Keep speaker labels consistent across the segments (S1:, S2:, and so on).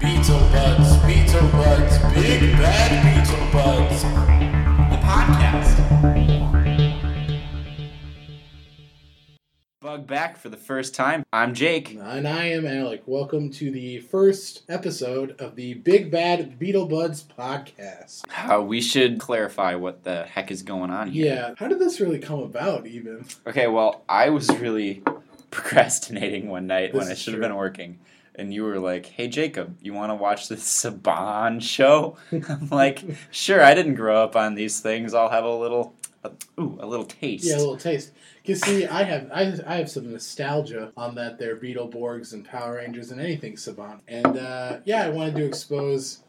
S1: Beetle Buds, Beetle Buds, Big Bad Beetle Buds, the podcast.
S2: Bug back for the first time. I'm Jake.
S3: And I am Alec. Welcome to the first episode of the Big Bad Beetle Buds podcast.
S2: Uh, we should clarify what the heck is going on here.
S3: Yeah, how did this really come about, even?
S2: Okay, well, I was really procrastinating one night when
S3: This
S2: I
S3: is
S2: should have
S3: true.
S2: been working. And you were like, hey, Jacob, you want to watch this Saban show? I'm like, sure, I didn't grow up on these things. I'll have a little, a, ooh, a little taste.
S3: Yeah, a little taste. Cause see, I have I, I have some nostalgia on that there Beetleborgs and Power Rangers and anything Saban. And uh, yeah, I wanted to expose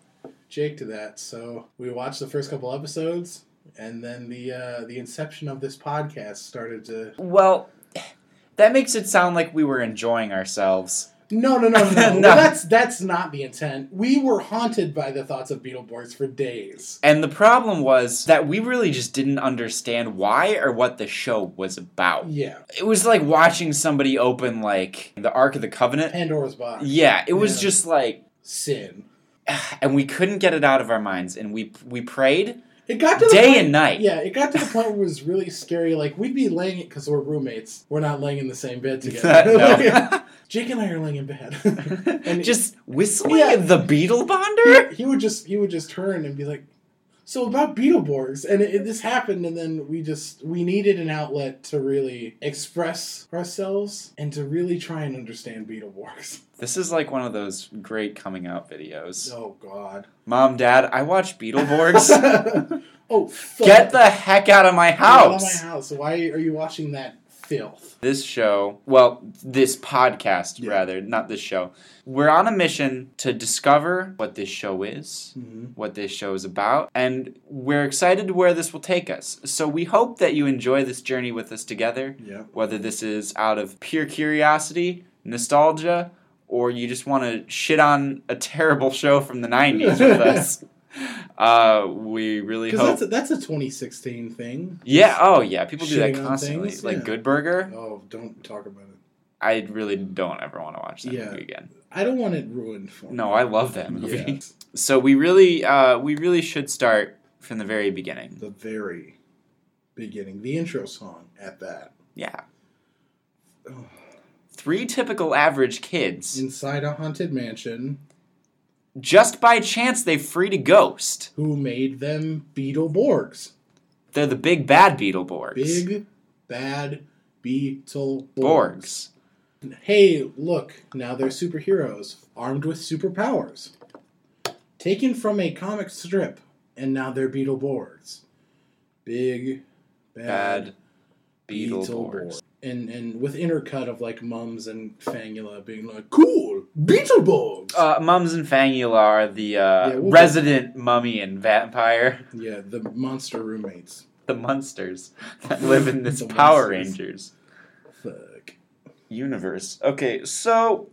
S3: Jake to that, so we watched the first couple episodes, and then the uh, the inception of this podcast started to.
S2: Well, that makes it sound like we were enjoying ourselves.
S3: No, no, no, no. no.
S2: No.
S3: Well, that's that's not the intent. We were haunted by the thoughts of Beetleborgs for days.
S2: And the problem was that we really just didn't understand why or what the show was about.
S3: Yeah,
S2: it was like watching somebody open like the Ark of the Covenant.
S3: Pandora's box.
S2: Yeah, it was
S3: Yeah.
S2: just like,
S3: Sin.
S2: and we couldn't get it out of our minds, and we we prayed
S3: It got to the
S2: day
S3: point,
S2: and night.
S3: Yeah, it got to the point where it was really scary. Like we'd be laying it because we're roommates. We're not laying in the same bed together. Like,
S2: No.
S3: Jake and I are laying in bed. he-
S2: just whistling
S3: Yeah.
S2: the Beetle Bonder.
S3: he, he would just he would just turn and be like, "So about Beetleborgs," and it, it- this happened, and then we just we needed an outlet to really express ourselves and to really try and understand Beetleborgs.
S2: This is like one of those great coming out videos.
S3: Oh God!
S2: Mom, Dad, I watch Beetleborgs.
S3: oh, fuck.
S2: get the heck out of my
S3: Out of
S2: house.
S3: my house! Why are you watching that filth?
S2: This show, well, this podcast
S3: Yeah.
S2: rather, not this show. We're on a mission to discover what this show is,
S3: Mhm.
S2: what this show is about, and we're excited where this will take us. So we hope that you enjoy this journey with us together,
S3: Yeah.
S2: whether this is out of pure curiosity, nostalgia, or you just want to shit on a terrible show from the 90s with us. Uh, we really
S3: Because
S2: hope.
S3: that's a, that's a 2016 thing.
S2: yeah, oh yeah, people do that
S3: Shitting on
S2: constantly.
S3: things,
S2: like
S3: yeah.
S2: Good Burger.
S3: Oh, don't talk about it.
S2: I really don't ever want to watch that
S3: Yeah.
S2: movie again.
S3: I don't want it ruined for me.
S2: No, I love that movie.
S3: Yeah,
S2: So we really, uh, we really should start from the very beginning.
S3: the very beginning, the intro song at that.
S2: Yeah.
S3: Ugh.
S2: Three typical average kids.
S3: Inside a haunted mansion,
S2: Just by chance, they freed a ghost.
S3: who made them Beetleborgs?
S2: They're the big bad Beetleborgs.
S3: Big, bad Beetleborgs.
S2: Borgs.
S3: Hey, look, now they're superheroes, armed with superpowers. Taken from a comic strip, and now they're Beetleborgs. Big, bad,
S2: Bad Beetleborgs.
S3: And and with intercut of like mums and Fangula being like, cool, Beetleborgs.
S2: Uh, Mums and Fangula are the uh,
S3: Yeah, we'll
S2: resident mummy and vampire,
S3: yeah, the monster roommates.
S2: the monsters that live in this
S3: The
S2: Power
S3: Munsters.
S2: Rangers
S3: Fuck.
S2: universe. Okay, so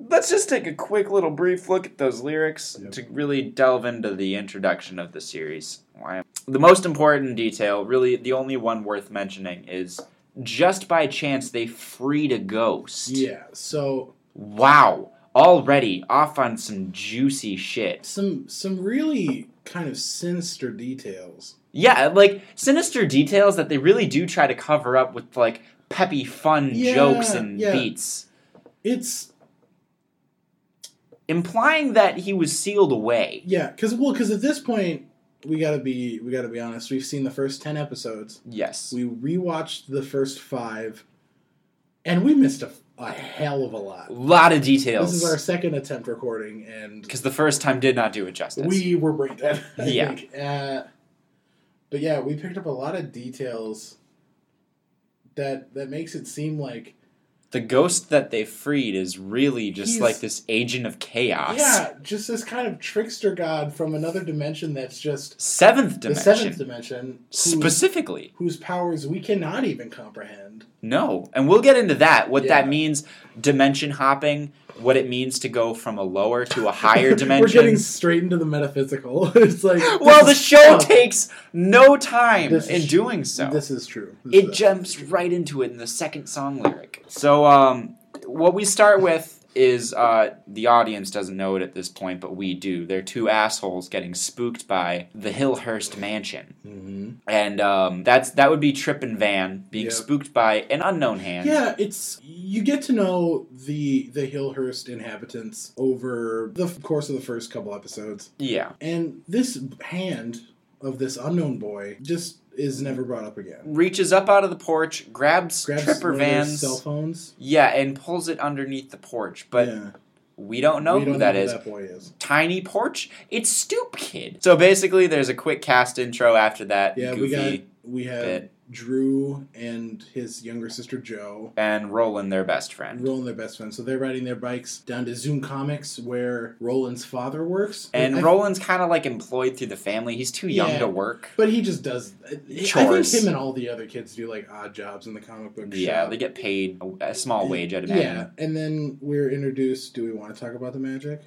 S2: let's just take a quick little brief look at those lyrics
S3: Yep.
S2: to really delve into the introduction of the series. Why- The most important detail, really the only one worth mentioning, is just by chance they freed a ghost.
S3: Yeah, so
S2: Wow. Already off on some juicy shit.
S3: some some really kind of sinister details.
S2: Yeah, like sinister details that they really do try to cover up with like peppy fun
S3: Yeah,
S2: jokes and
S3: yeah.
S2: beats.
S3: It's
S2: Implying that he was sealed away.
S3: Yeah, because well, because at this point we gotta be we gotta be honest. We've seen the first ten episodes.
S2: Yes.
S3: We rewatched the first five, and we missed a, a hell of a lot.
S2: lot of
S3: This is our
S2: details
S3: second attempt recording, and
S2: because the first time did not do it justice.
S3: we were brain dead. I
S2: Yeah.
S3: think. Uh, but yeah, we picked up a lot of details that that makes it seem like
S2: the ghost that they freed is really just
S3: He's-
S2: like this agent of chaos.
S3: yeah, just this kind of trickster god from another dimension that's just
S2: Seventh dimension,
S3: the seventh dimension, whose,
S2: specifically.
S3: whose powers we cannot even comprehend.
S2: No, and we'll get into that. What that
S3: Yeah.
S2: means, dimension hopping, what it means to go from a lower to a higher dimension.
S3: We're getting straight into the metaphysical. it's like
S2: well, the
S3: this is-
S2: show
S3: oh,
S2: takes no time
S3: This
S2: in
S3: is-
S2: doing so.
S3: This is true. This
S2: it
S3: is-
S2: jumps right into it in the second song lyric. So, um, what we start with is uh, the audience doesn't know it at this point, but we do. They're two assholes getting spooked by the Hillhurst Mansion,
S3: Mm-hmm.
S2: and um, that's that would be Trip and Van being
S3: Yeah.
S2: spooked by an unknown hand.
S3: Yeah, it's you get to know the the Hillhurst inhabitants over the f- course of the first couple episodes,
S2: Yeah.
S3: and this hand of this unknown boy just is never brought up again.
S2: Reaches up out of the porch, grabs,
S3: Grabs
S2: Tripper
S3: one of their cell
S2: Van's.
S3: phones,
S2: Yeah, and pulls it underneath the porch, but
S3: yeah.
S2: we don't know
S3: we
S2: who
S3: don't
S2: that
S3: know who
S2: is.
S3: that boy is.
S2: Tiny porch? It's Stoop Kid. So basically, there's a quick cast intro after that.
S3: Yeah,
S2: goofy
S3: we got we have
S2: bit.
S3: Drew and his younger sister Joe.
S2: and Roland, their best friend.
S3: Roland, their best friend, so they're riding their bikes down to Zoom Comics, where Roland's father works.
S2: And
S3: I-
S2: Roland's kind of like employed through the family. He's too young
S3: Yeah.
S2: to work.
S3: But he just does. I
S2: Chores.
S3: think him and all the other kids do like odd jobs in the comic book
S2: Yeah,
S3: shop.
S2: they get paid a- a small wage, I'd imagine.
S3: yeah, and then we're introduced. Do we want to talk about the magic?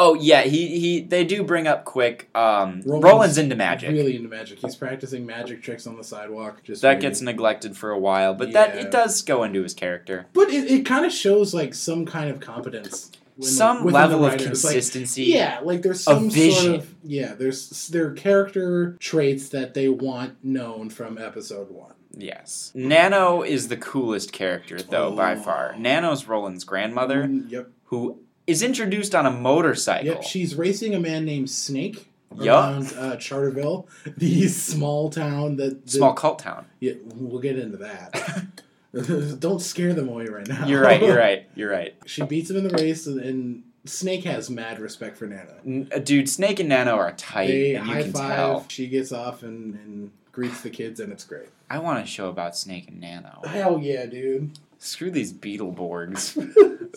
S2: Oh yeah, he he. They do bring up quick. Um,
S3: Roland's
S2: Roland's, into magic.
S3: Really into magic. He's practicing magic tricks on the sidewalk. Just
S2: that
S3: waiting.
S2: gets neglected for a while, but that
S3: Yeah.
S2: it does go into his character.
S3: But it, it kind of shows like some kind of competence. when-
S2: Some
S3: within the
S2: level of
S3: writers. Like,
S2: consistency.
S3: Yeah, like there's some
S2: vision.
S3: sort of yeah, there's their character traits that they want known from episode one.
S2: Yes. Nano is the coolest character though by
S3: Oh.
S2: far. Nano's Roland's grandmother,
S3: Mm, Yep.
S2: who is introduced on a motorcycle.
S3: Yep. She's racing a man named Snake
S2: Yup.
S3: around uh, Charterville, the small town that that-
S2: Small cult town.
S3: Yeah, we'll get into that. Don't scare them away right now.
S2: You're right. You're right. You're right.
S3: she beats him in the race, and, and Snake has mad respect for Nana.
S2: N- uh, dude, Snake and Nano are tight,
S3: They
S2: and you
S3: high
S2: can
S3: five.
S2: tell.
S3: She gets off and, and greets the kids, and it's great.
S2: I want a show about Snake and Nano.
S3: Hell yeah, dude.
S2: Screw these Beetleborgs.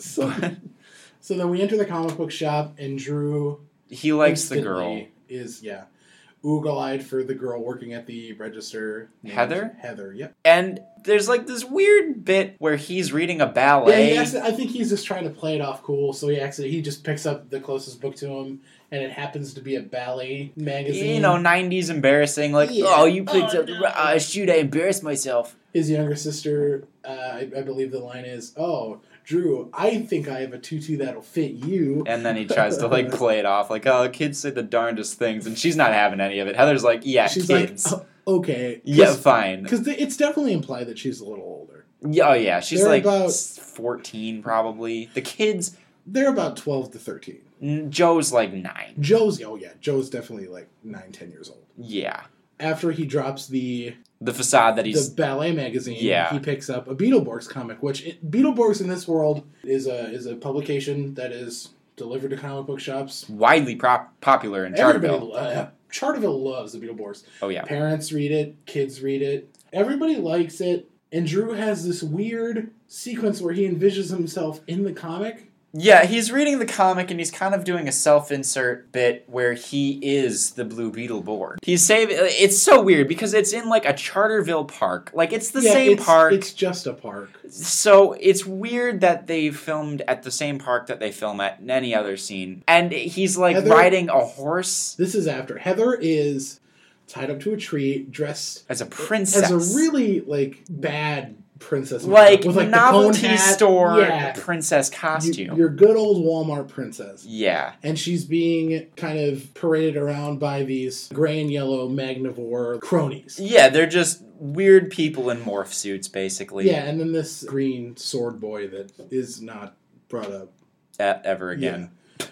S3: so, so then we enter the comic book shop, and Drew
S2: he likes the
S3: instantly
S2: girl.
S3: Is yeah, oogle eyed for the girl working at the register. named
S2: Heather?
S3: Heather. Yep.
S2: And there's like this weird bit where he's reading a
S3: Yeah,
S2: ballet.
S3: he acts- I think he's just trying to play it off cool, so he actually he just picks up the closest book to him, and it happens to be a ballet magazine.
S2: you know, 90s embarrassing. Like,
S3: Yeah.
S2: oh, you picked
S1: Oh,
S2: up the.
S1: no.
S2: Uh, shoot, I embarrassed myself.
S3: his younger sister, uh, I, I believe the line is, "Oh, Drew, I think I have a tutu that'll fit you."
S2: And then he tries to like play it off, like, oh, kids say the darndest things, and she's not having any of it. Heather's like, yeah,
S3: she's
S2: kids.
S3: like, "Oh, "Okay,
S2: yeah, fine.
S3: because it's definitely implied that she's a little older.
S2: Yeah, oh yeah, she's
S3: They're
S2: like
S3: about-
S2: s- 14 probably. The kids,
S3: They're about twelve to thirteen.
S2: n- Joe's like nine.
S3: Joe's, oh yeah, Joe's definitely like nine, ten years old.
S2: Yeah,
S3: After he drops the
S2: the facade that he's
S3: the ballet magazine,
S2: Yeah.
S3: he picks up a Beetleborgs comic, which it, Beetleborgs in this world is a is a publication that is delivered to comic book shops.
S2: widely prop- popular in Charterville.
S3: Everybody, uh, Charterville loves the Beetleborgs.
S2: Oh yeah,
S3: Parents read it, kids read it, everybody likes it. And Drew has this weird sequence where he envisions himself in the comic.
S2: yeah. He's reading the comic and he's kind of doing a self-insert bit where he is the Blue Beetle board. He's saving. It's so weird because it's in like a Charterville park. Like it's the
S3: Yeah,
S2: same
S3: it's,
S2: park.
S3: It's just a park.
S2: So it's weird that they filmed at the same park that they film at in any other scene. And he's like
S3: Heather-
S2: riding a horse
S3: This is after Heather is tied up to a tree, dressed
S2: as a princess.
S3: as a really like bad princess,
S2: like,
S3: makeup with like the cone
S2: novelty
S3: hat.
S2: store
S3: Yeah.
S2: princess
S3: You,
S2: costume.
S3: your good old Walmart princess.
S2: yeah.
S3: And she's being kind of paraded around by these gray and yellow magnivore cronies.
S2: Yeah, they're just weird people in morph suits basically
S3: Yeah, and then this green sword boy that is not brought up
S2: e- ever again.
S3: Yeah.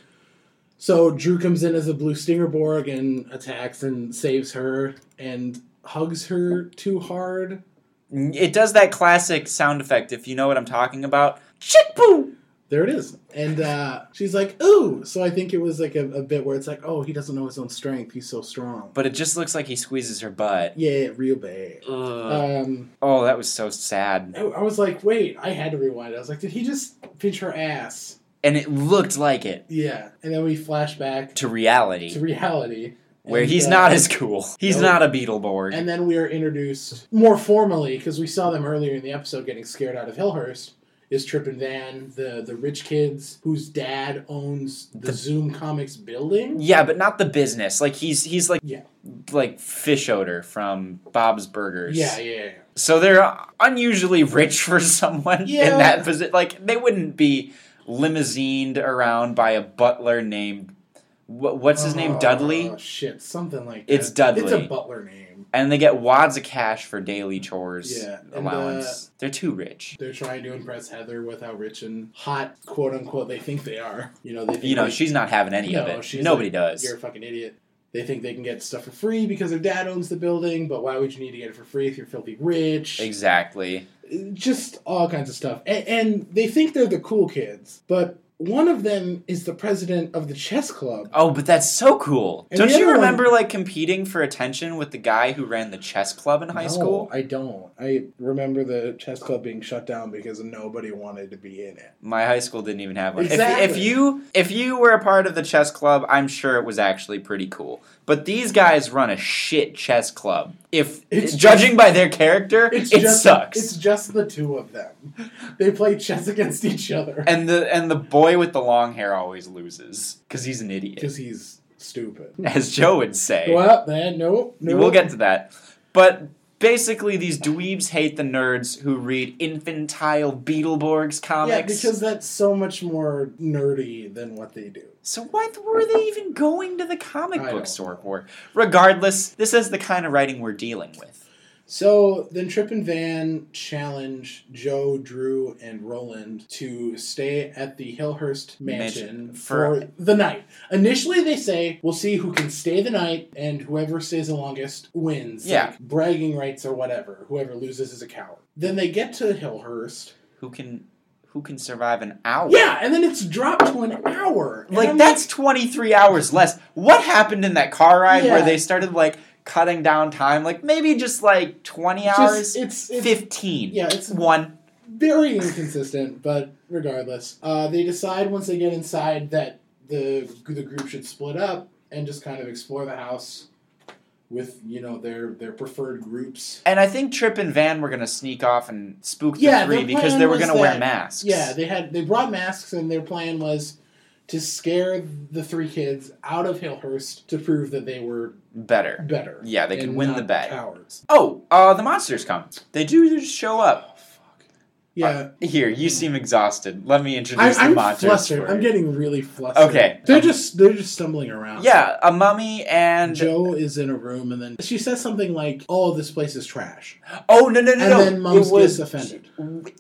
S3: So Drew comes in as a blue Stingerborg and attacks and saves her and hugs her too hard.
S2: It does that classic sound effect if you know what I'm talking about. Chick boo.
S3: There it is. And uh, she's like, ooh. So I think it was like a, a bit where it's like, oh, he doesn't know his own strength. He's so strong.
S2: But it just looks like he squeezes her butt.
S3: Yeah, real bad.
S2: Ugh.
S3: Um,
S2: oh, that was so sad.
S3: I, I was like, wait, I had to rewind. I was like, did he just pinch her ass?
S2: And it looked like it
S3: Yeah. And then we flash back
S2: to reality.
S3: to reality.
S2: where
S3: And,
S2: he's
S3: uh,
S2: not as cool. He's
S3: Nope.
S2: not a Beetleborg.
S3: And then we are introduced more formally because we saw them earlier in the episode getting scared out of Hillhurst. Is Trip and Van the the rich kids whose dad owns the,
S2: The-
S3: Zoom Comics building?
S2: yeah, but not the business. Like he's he's like
S3: Yeah.
S2: like fish odor from Bob's Burgers.
S3: Yeah, yeah, yeah.
S2: So they're unusually rich for someone
S3: Yeah.
S2: in that position. Like they wouldn't be limousined around by a butler named wh- what's his name
S3: Oh,
S2: Dudley,
S3: shit, something like that.
S2: It's
S3: It's a
S2: Dudley.
S3: butler name.
S2: and they get wads of cash for daily chores
S3: Yeah, and, uh,
S2: allowance. They're too rich.
S3: They're trying to impress Heather with how rich and hot, quote unquote, they think they are. You know, they think
S2: You know
S3: they-
S2: she's not having any of
S3: No,
S2: it.
S3: she's
S2: Nobody
S3: like,
S2: does.
S3: You're a fucking idiot. They think they can get stuff for free because their dad owns the building, but why would you need to get it for free if you're filthy rich?
S2: Exactly.
S3: Just all kinds of stuff. And, and they think they're the cool kids, but one of them is the president of the chess club.
S2: Oh, but that's so cool.
S3: And
S2: Don't
S3: the
S2: you
S3: other one-
S2: remember like competing for attention with the guy who ran the chess club in high
S3: No,
S2: school?
S3: I don't. I remember the chess club being shut down because nobody wanted to be in it.
S2: My high school didn't even have one. If- If,
S3: Exactly.
S2: you if you were a part of the chess club, I'm sure it was actually pretty cool. But these guys run a shit chess club. If
S3: It's
S2: judging by their character, it
S3: just,
S2: sucks.
S3: It's just the two of them. They play chess against each other
S2: and the and the boy with the long hair always loses because he's an idiot,
S3: because he's stupid.
S2: as Joe would say.
S3: Well, then no, no.
S2: We'll get to that. But basically, these dweebs hate the nerds who read infantile Beetleborgs
S3: Yeah,
S2: comics.
S3: because that's so much more nerdy than what they do.
S2: so what were they even going to the comic
S3: I
S2: book
S3: don't
S2: store
S3: know.
S2: for? Regardless, this is the kind of writing we're dealing with.
S3: So then Trip and Van challenge Joe, Drew, and Roland to stay at the Hillhurst Mansion,
S2: Mansion
S3: for,
S2: for-
S3: the night. Initially, they say, we'll see who can stay the night, and whoever stays the longest wins.
S2: Yeah.
S3: Like bragging rights or whatever. Whoever loses is a coward. Then they get to Hillhurst.
S2: Who can who can survive an hour?
S3: Yeah, and then it's dropped to an hour. And
S2: Like
S3: I'm
S2: that's 23 hours less. What happened in that car ride
S3: Yeah.
S2: where they started like cutting down time like maybe just like 20
S3: just-
S2: hours?
S3: it's, it's
S2: 15.
S3: yeah, it's-
S2: one.
S3: very inconsistent, but regardless, uh, they decide once they get inside that the the group should split up and just kind of explore the house with you know their their preferred groups.
S2: And I think Trip and Van were gonna sneak off and spook the
S3: Yeah,
S2: three
S3: their
S2: because
S3: plan
S2: they were
S3: was
S2: gonna wear
S3: that-
S2: masks.
S3: Yeah, they had they brought masks, and their plan was to scare the three kids out of Hillhurst to prove that they were
S2: better.
S3: better.
S2: Yeah, they could
S3: and
S2: win
S3: not
S2: the bet.
S3: Cowards.
S2: Oh, uh, the monsters come. They do just show up.
S3: Yeah.
S2: Here, you seem exhausted. Let me introduce
S3: I,
S2: the
S3: am
S2: monsters.
S3: flustered.
S2: for
S3: I'm
S2: you.
S3: getting really flustered.
S2: Okay.
S3: they're just they're just stumbling around.
S2: yeah, a mummy and
S3: Joe is in a room, and then she says something like, "Oh, this place is trash,"
S2: oh no no no
S3: and
S2: no!
S3: then Mums
S2: it was
S3: gets offended.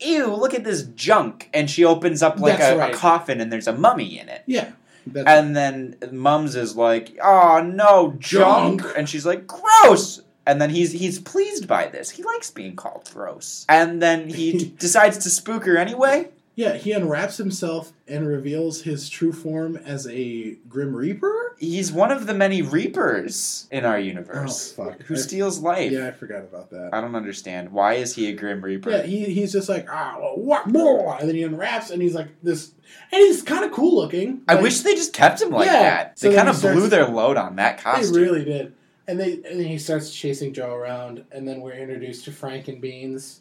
S2: ew, look at this junk. And she opens up like
S3: That's
S2: a,
S3: right.
S2: a coffin and there's a mummy in it.
S3: Yeah, that's
S2: And then Mums is like, oh no, junk.
S3: Junk.
S2: And she's like, gross. And then he's he's pleased by this. He likes being called gross. And then he d- decides to spook her anyway.
S3: yeah. He unwraps himself and reveals his true form as a Grim Reaper.
S2: He's one of the many reapers in our universe
S3: Oh, fuck.
S2: who
S3: I-
S2: steals life.
S3: Yeah, I forgot about that.
S2: I don't understand. Why is he a grim reaper?
S3: Yeah, he, he's just like ah, well, what more? And then he unwraps, and he's like this, and he's kind of cool looking.
S2: I
S3: Like,
S2: wish they just kept him like
S3: Yeah.
S2: that.
S3: So
S2: They
S3: then
S2: kind of
S3: he
S2: blew
S3: starts-
S2: their load on that
S3: they
S2: costume.
S3: really did. And they and then he starts chasing Joe around, and then we're introduced to Frank and Beans,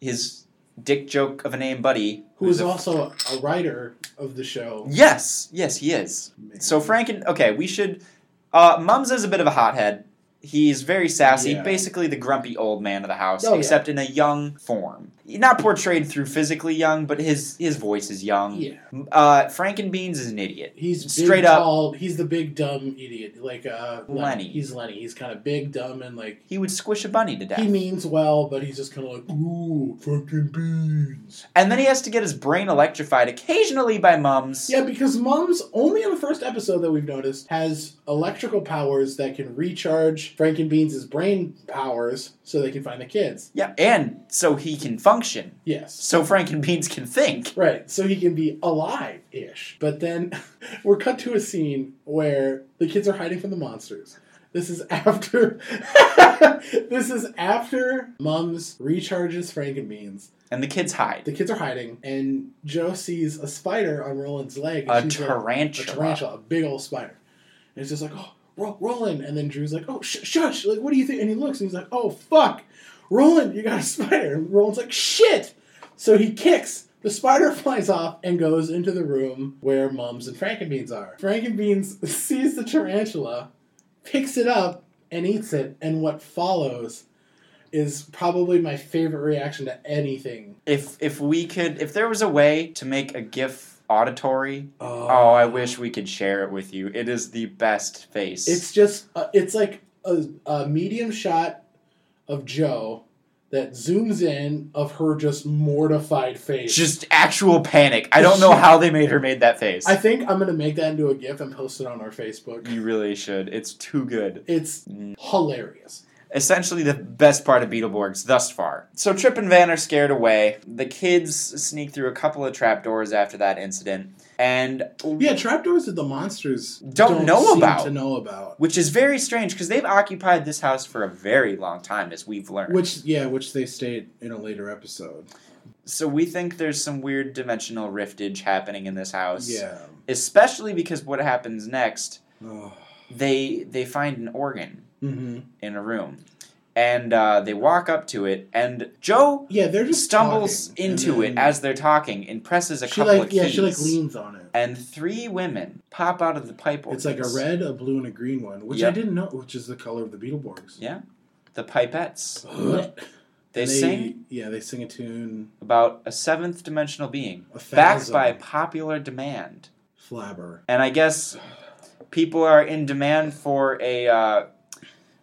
S2: His dick joke of a name, Buddy,
S3: who is
S2: a-
S3: also a writer of the show.
S2: Yes, yes, he is. So Frank and okay, we should. Uh, Mums is a bit of a hothead. He's very sassy,
S3: Yeah.
S2: basically the grumpy old man of the house,
S3: Oh, yeah.
S2: except in a young form. Not portrayed through physically young, but his his voice is young.
S3: yeah.
S2: Uh, Frankenbeans is an idiot.
S3: He's
S2: Straight
S3: big,
S2: up.
S3: Tall, he's the big dumb idiot, like uh,
S2: Lenny.
S3: He's Lenny. He's kind of big, dumb, and like
S2: He would squish a bunny to death,
S3: he means well, but he's just kind of like ooh, fucking beans.
S2: and then he has to get his brain electrified occasionally by Mums.
S3: Yeah, because Mom's only in the first episode that we've noticed has electrical powers that can recharge Frankenbeans' brain powers, so they can find the kids.
S2: Yeah, and so he can function,
S3: Yes.
S2: so Frankenbeans can think.
S3: Right, so he can be alive ish. But then we're cut to a scene where the kids are hiding from the monsters. This is after. this is after Mums recharges Frankenbeans.
S2: And the kids hide.
S3: The kids are hiding, and Joe sees a spider on Roland's leg. and
S2: A
S3: she's like-
S2: tarantula.
S3: A tarantula, a big old spider. And it's just like, oh, Ro- Roland. And then Drew's like, oh, sh- shush. Like, what do you think? And he looks and he's like, oh, fuck. Roland, you got a spider. And Roland's like, shit. So he kicks. The spider flies off and goes into the room where Mums and Frankenbeans are. Frankenbeans sees the tarantula, picks it up, and eats it. And what follows is probably my favorite reaction to anything
S2: If if we could, if there was a way to make a GIF auditory. Oh,
S3: Um,
S2: I wish we could share it with you. It is the best face.
S3: It's just uh, it's like a, a medium shot of Joe that zooms in of her just mortified face.
S2: just actual panic. I don't know how they made her made that face.
S3: I think I'm gonna make that into a GIF and post it on our Facebook.
S2: you really should. It's too good.
S3: It's hilarious.
S2: essentially the best part of Beetleborgs thus far. So Trip and Van are scared away. The kids sneak through a couple of trapdoors after that incident, and
S3: Yeah, trapdoors that the monsters
S2: Don't know
S3: seem
S2: about.
S3: to know about.
S2: which is very strange because they've occupied this house for a very long time, as we've learned.
S3: Which yeah, which they stayed in a later episode.
S2: so we think there's some weird dimensional riftage happening in this house.
S3: Yeah.
S2: Especially because what happens next,
S3: Oh.
S2: they they find an organ
S3: hmm
S2: in a room. And uh, they walk up to it, and Joe
S3: Yeah, they're just
S2: stumbles
S3: talking, and
S2: into it
S3: then
S2: as they're talking and presses a
S3: she
S2: couple
S3: like
S2: of keys.
S3: yeah she like leans on it.
S2: and three women pop out of the pipe organs.
S3: It's like a red, a blue, and a green one, which I
S2: Yep.
S3: didn't know, which is the color of the Beetleborgs.
S2: Yeah. The pipettes.
S3: they,
S2: They, sing
S3: Yeah, they sing a tune.
S2: about a seventh dimensional being,
S3: A
S2: backed
S3: thousand.
S2: by popular demand.
S3: Flabber.
S2: And I guess people are in demand for a uh,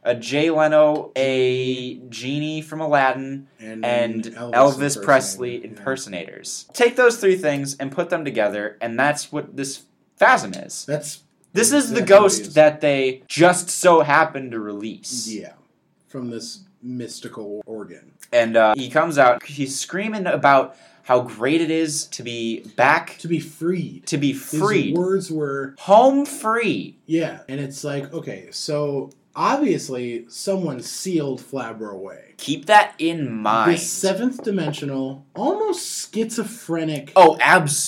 S2: a Jay Leno, a genie from Aladdin,
S3: And,
S2: and
S3: Elvis,
S2: Elvis,
S3: impersonator.
S2: Presley
S3: Yeah.
S2: impersonators. Take those three things and put them together, and that's what this phasm is.
S3: That's
S2: This is the
S3: Exactly
S2: ghost
S3: is.
S2: that they just so happened to release.
S3: yeah, from this mystical organ.
S2: And uh, he comes out, he's screaming about how great it is to be back,
S3: To be freed.
S2: to be
S3: His
S2: freed,
S3: words were
S2: home free.
S3: yeah, and it's like okay, so obviously someone sealed Flabber away.
S2: Keep that in mind.
S3: This seventh dimensional, almost schizophrenic
S2: oh,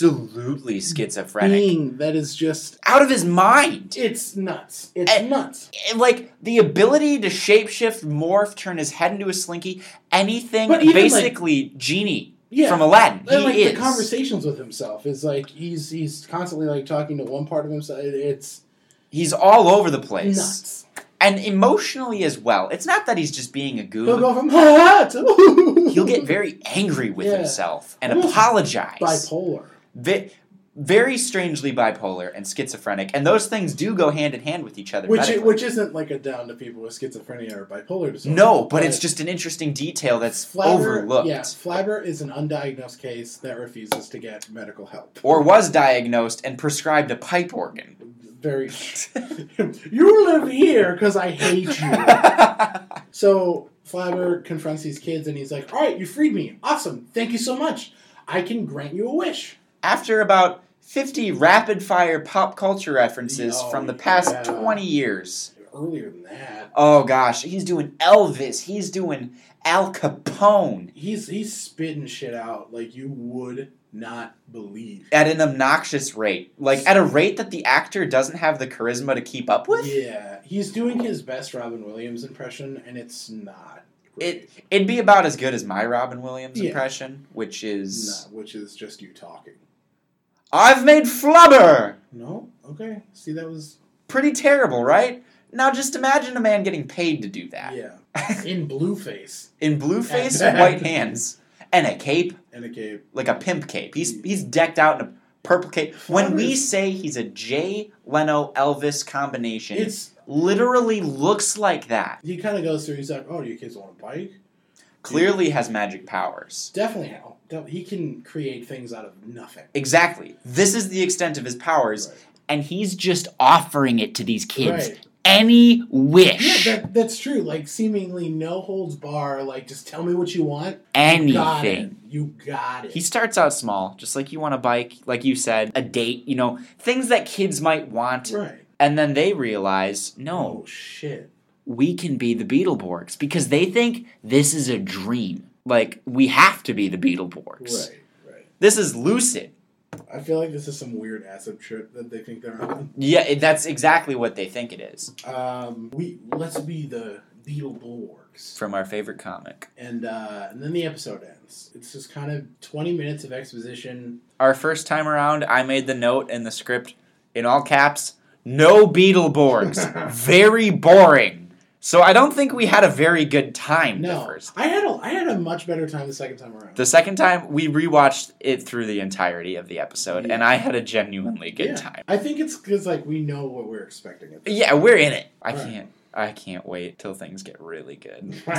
S2: absolutely schizophrenic.
S3: being that is just
S2: out of his mind.
S3: it's nuts. It's
S2: Eh.
S3: nuts.
S2: Like the ability to shapeshift, morph, turn his head into a slinky, anything,
S3: But even, like-
S2: basically genie
S3: Yeah.
S2: from Aladdin.
S3: And
S2: he
S3: like
S2: is.
S3: the conversations with himself is like he's he's constantly like talking to one part of himself. It- It's
S2: He's all over the place.
S3: nuts.
S2: and emotionally as well. It's not that he's just being a
S3: He'll
S2: goof.
S3: go from ha to
S2: He'll get very angry with
S3: Yeah.
S2: himself and
S3: Almost
S2: apologize.
S3: bipolar.
S2: Ve- very strangely bipolar and schizophrenic, and those things do go hand in hand with each other.
S3: Which
S2: medically.
S3: which isn't like a down to people with schizophrenia or bipolar disorder.
S2: no, but it's just an interesting detail that's overlooked.
S3: Yeah, flabber is an undiagnosed case that refuses to get medical help.
S2: Or was diagnosed and prescribed a pipe organ.
S3: Very. you live here because I hate you. So Flabber confronts these kids and he's like, "All right, you freed me. Awesome. Thank you so much. I can grant you a wish."
S2: After about 50 rapid fire pop culture references
S3: Oh,
S2: from the past
S3: yeah.
S2: 20 years.
S3: Earlier than that,
S2: Oh gosh, he's doing Elvis. He's doing Al Capone
S3: he's he's spitting shit out like you would not believe.
S2: at an obnoxious rate, like at a rate that the actor doesn't have the charisma to keep up with.
S3: Yeah, he's doing his best Robin Williams impression, and it's not
S2: It
S3: great.
S2: it'd be about as good as my Robin Williams
S3: Yeah.
S2: impression, which is
S3: Nah, which is just you talking.
S2: I've made flubber.
S3: No, okay. See, that was
S2: Pretty terrible, right? Now just imagine a man getting paid to do that
S3: yeah in blueface
S2: in blue face and white hands and a cape,
S3: and a cape.
S2: like a pimp cape. He's he's decked out in a purple cape. When we
S3: Flubber's-
S2: say he's a Jay Leno Elvis combination,
S3: It's
S2: literally looks like that.
S3: he kind of goes through. He's like, "Oh, do you kids want a bike?"
S2: Clearly has magic powers.
S3: Definitely, Hal. Def- he can create things out of nothing.
S2: Exactly. This is the extent of his powers,
S3: Right.
S2: and he's just offering it to these kids.
S3: Right.
S2: Any wish.
S3: Yeah, that, that's true. Like seemingly no holds bar. Like just tell me what you want. Got it.
S2: anything.
S3: You got it.
S2: He starts out small, just like you want a bike, like you said, a date, you know, things that kids might want.
S3: right.
S2: And then they realize, no,
S3: Oh shit.
S2: we can be the Beetleborgs because they think this is a dream. Like, we have to be the Beetleborgs.
S3: Right. Right.
S2: This is lucid.
S3: I feel like this is some weird acid trip that they think they're on.
S2: Yeah, it- that's exactly what they think it is
S3: Um, we let's be the Beetleborgs,
S2: from our favorite comic.
S3: and uh, and then the episode ends. It's just kind of twenty minutes of exposition.
S2: Our first time around, I made the note in the script in all caps no Beetleborgs. Very boring. So I don't think we had a very good time the
S3: No,
S2: first.
S3: I had a I had a much better time the second time around.
S2: The second time we rewatched it through the entirety of the episode, and I had a genuinely good
S3: Yeah.
S2: time.
S3: I think it's because like we know what we're expecting. At
S2: Yeah, we're in it. I
S3: Right.
S2: can't. I can't wait till things get really good.
S3: this.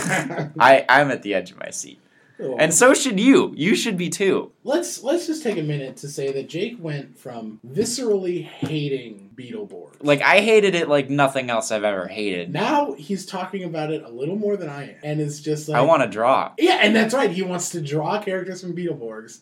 S2: I, I'm at the edge of my seat. And so should you. You should be too.
S3: let's let's just take a minute to say that Jake went from viscerally hating Beetleborg.
S2: Like, I hated it like nothing else I've ever hated.
S3: Now he's talking about it a little more than I am, and it's just like
S2: I want to draw.
S3: Yeah, and that's right. He wants to draw characters from Beetleborgs.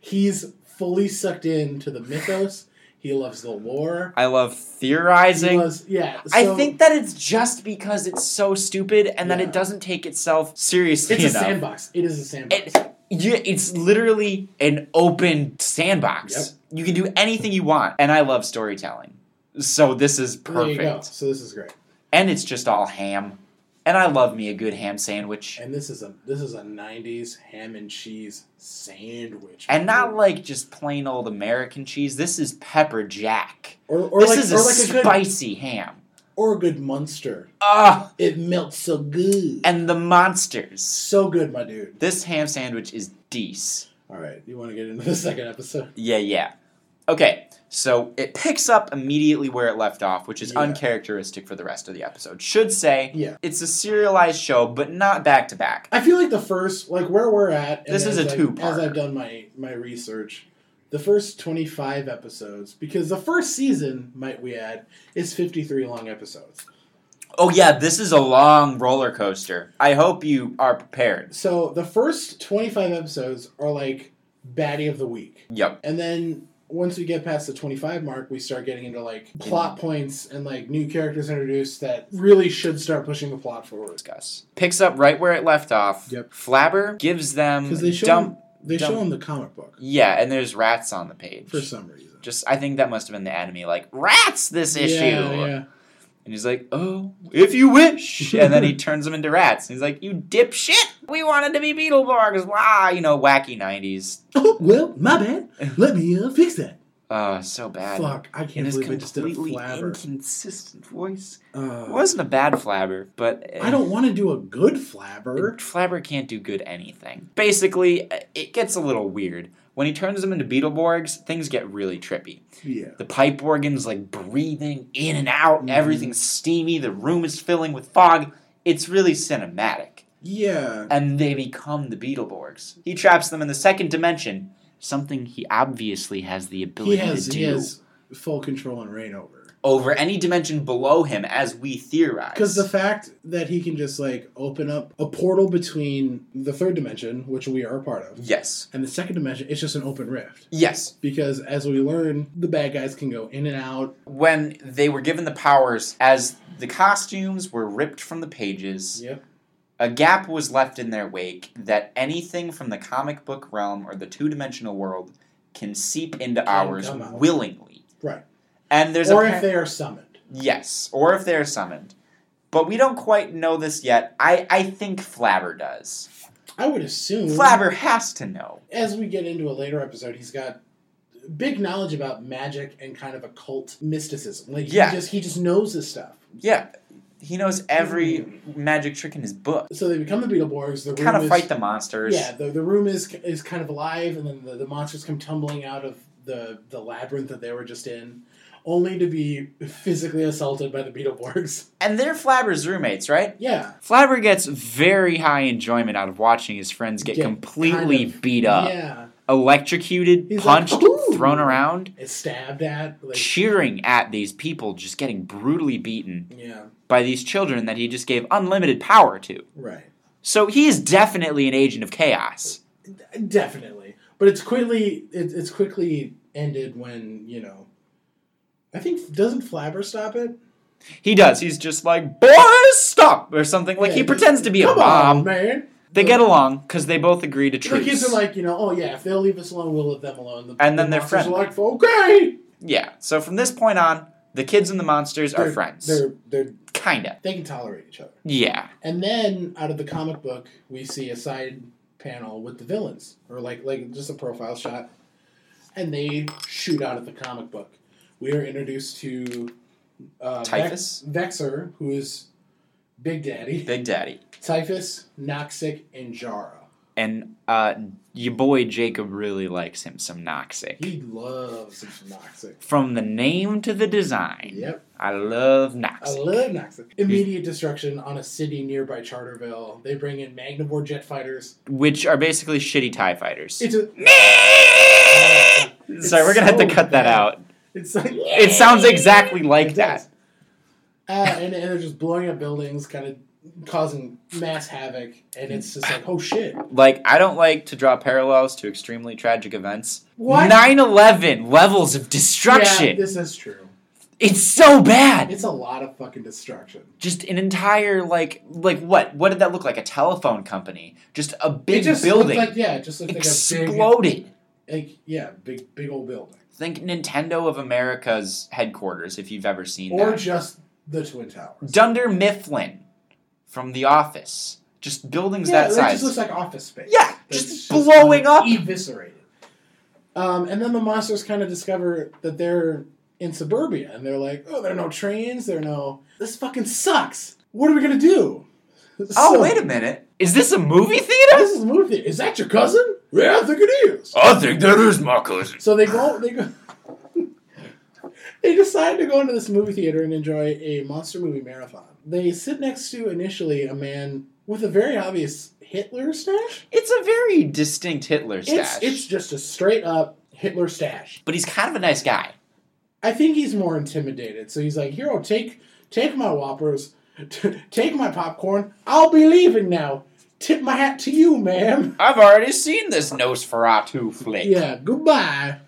S3: He's fully sucked into the mythos. He loves the lore.
S2: I love
S3: He
S2: theorizing.
S3: loves- yeah.
S2: I
S3: so
S2: think that it's just because it's so stupid and that
S3: Yeah.
S2: it doesn't take itself seriously
S3: it's a
S2: enough.
S3: sandbox. It is a sandbox.
S2: It, yeah, it's literally an open sandbox. You can do anything you want. And I love storytelling. So this is
S3: there you go.
S2: perfect.
S3: So this is great.
S2: And it's just all ham. And I love me a good ham sandwich.
S3: And this is a this is a '90s ham and cheese sandwich,
S2: And not like just plain old American cheese. This is pepper jack.
S3: or, or
S2: this
S3: like,
S2: is a
S3: or like a good
S2: spicy ham.
S3: or a good Munster.
S2: Ah,
S3: It melts so good,
S2: and the monsters.
S3: so good, my dude.
S2: This ham sandwich is dece.
S3: All right, you want to get into the second episode?
S2: Yeah, yeah. Okay, so it picks up immediately where it left off, which is
S3: Yeah.
S2: uncharacteristic for the rest of the episode. Should say
S3: Yeah.
S2: it's a serialized show, but not back to back.
S3: I feel like the first, like where we're at. and
S2: This is
S3: as
S2: a
S3: I-
S2: two-parter.
S3: As I've done my my research, the first twenty five episodes, because the first season, might we add, is fifty three long episodes.
S2: Oh yeah, this is a long roller coaster. I hope you are prepared.
S3: So the first twenty five episodes are like baddie of the week,
S2: Yep.
S3: and then once we get past the twenty five mark, we start getting into like plot points and like new characters introduced that really should start pushing the plot forward.
S2: Discuss. Picks up right where it left off.
S3: Yep.
S2: Flabber gives them
S3: Because they show
S2: dump.
S3: him- they show
S2: dump.
S3: him the comic book
S2: Yeah, and there's rats on the page.
S3: for some reason.
S2: Just I think that must have been the enemy. Like rats, this issue.
S3: Yeah, yeah.
S2: And he's like, "Oh, if you wish." And then he turns them into rats. And he's like, "You dipshit! We wanted to be Beetleborgs!" Wow, you know, wacky '90s.
S3: Oh, well, my bad. Let me uh, fix that.
S2: Uh, so bad.
S3: Fuck, I
S2: In
S3: can't
S2: his
S3: believe I just did a
S2: completely
S3: flabber.
S2: inconsistent voice. It
S3: Uh,
S2: wasn't a bad flabber, but uh,
S3: I don't want to do a good flabber.
S2: Flabber can't do good anything. Basically, uh, it gets a little weird when he turns them into Beetleborgs. Things get really trippy.
S3: Yeah.
S2: The pipe organ's like breathing in and out.
S3: Mm-hmm.
S2: Everything's steamy. The room is filling with fog. It's really cinematic.
S3: Yeah.
S2: and they become the Beetleborgs. He traps them in the second dimension, something he obviously has the
S3: He
S2: ability
S3: has
S2: to do
S3: he has full control and reign over.
S2: over any dimension below him, as we theorize.
S3: Because the fact that he can just like open up a portal between the third dimension, which we are a part of,
S2: yes,
S3: and the second dimension, it's just an open rift.
S2: yes,
S3: Because as we learn, the bad guys can go in and out.
S2: when they were given the powers, as the costumes were ripped from the pages,
S3: Yep.
S2: a gap was left in their wake that anything from the comic book realm or the two-dimensional world can seep into ours
S3: come out.
S2: willingly.
S3: Right.
S2: And there's
S3: or
S2: a
S3: if they are summoned.
S2: Yes, or if they're summoned. But we don't quite know this yet. I, I think Flabber does.
S3: I would assume
S2: Flabber has to know.
S3: as we get into a later episode, he's got big knowledge about magic and kind of occult mysticism. Like
S2: Yeah.
S3: he just he just knows this stuff.
S2: Yeah, he knows every magic trick in his book.
S3: So they become the Beetleborgs. Mm-hmm. The
S2: Kind
S3: room
S2: of
S3: is,
S2: fight the monsters.
S3: Yeah, the, the room is is kind of alive, and then the, the monsters come tumbling out of the the labyrinth that they were just in, only to be physically assaulted by the Beetleborgs.
S2: And they're Flabber's roommates, right?
S3: Yeah,
S2: Flabber gets very high enjoyment out of watching his friends get
S3: Get
S2: completely
S3: kind of-
S2: beat up,
S3: yeah,
S2: electrocuted,
S3: He's like,
S2: punched,
S3: "Ooh."
S2: thrown around,
S3: it's stabbed at. Like,
S2: cheering at these people just getting brutally beaten
S3: yeah,
S2: by these children that he just gave unlimited power to.
S3: right,
S2: So he is definitely an agent of chaos.
S3: definitely. But it's quickly it, it's quickly ended when you know. I think doesn't Flabber stop it?
S2: He does. He's just like, boys, stop! Or something. Like, he
S3: Yeah,
S2: pretends to be a
S3: Come
S2: mom.
S3: on, man.
S2: They get along because they both agree to
S3: The
S2: truce.
S3: kids are like, you know, oh yeah, if they'll leave us alone, we'll leave them alone. The,
S2: And then
S3: the
S2: they're
S3: monsters are
S2: friendly.
S3: like, okay,
S2: yeah. So from this point on, the kids and the monsters are
S3: They're-
S2: friends.
S3: They're they're
S2: Kinda.
S3: they can tolerate each other.
S2: Yeah.
S3: And then out of the comic book, we see a side panel with the villains, or like like just a profile shot, and they shoot out of the comic book. We are introduced to uh, Vex-
S2: Typhus?
S3: Vexer, who is Big Daddy,
S2: Big Daddy,
S3: Typhus, Noxic, and Jara.
S2: and uh, your boy Jacob really likes him some Noxic.
S3: He loves Noxic.
S2: From the name to the design,
S3: Yep.
S2: I love
S3: I
S2: Noxic.
S3: love Noxic. Immediate destruction on a city nearby Charterville. They bring in Magnavore jet fighters.
S2: which are basically shitty Tie Fighters.
S3: It's a.
S2: Sorry, we're gonna have to
S3: so
S2: cut that
S3: bad.
S2: out.
S3: It's like.
S2: It sounds exactly like
S3: It
S2: that.
S3: does. Uh, and, and they're just blowing up buildings, kind of causing mass havoc. And it's just like, oh shit.
S2: Like, I don't like to draw parallels to extremely tragic events.
S3: What?
S2: 9 11 levels of destruction.
S3: Yeah, this is true.
S2: it's so bad.
S3: It's a lot of fucking destruction.
S2: just an entire, like, like what? What did that look like? A telephone company. Just a big
S3: it just
S2: building
S3: looked like yeah, it just looked like a
S2: exploded.
S3: big, like yeah, big big old building,
S2: Think Nintendo of America's headquarters, if you've ever seen
S3: or
S2: that.
S3: just the twin towers.
S2: Dunder Mifflin from The Office. Just buildings
S3: yeah,
S2: that
S3: it
S2: size.
S3: just looks like office space.
S2: Yeah,
S3: That's
S2: just
S3: like,
S2: blowing up.
S3: eviscerated. Um, and then the monsters kind of discover that they're in suburbia, and they're like, oh, there are no trains, there are no. This fucking sucks. What are we gonna do?
S2: oh,
S3: So-
S2: wait a minute. Is this a movie theater?
S3: This is a movie. theater. Is that your cousin? Yeah, I think it is.
S2: I think that is my cousin.
S3: So they go. They go. they decide to go into this movie theater and enjoy a monster movie marathon. They sit next to initially a man with a very obvious Hitler stash.
S2: It's a very distinct Hitler stash.
S3: It's it's just a straight up Hitler stash.
S2: but he's kind of a nice guy.
S3: I think he's more intimidated, so he's like, "Hero, take take my whoppers, t- take my popcorn. I'll be leaving now. Tip my hat to you, ma'am."
S2: I've already seen this Nosferatu flick.
S3: Yeah, goodbye.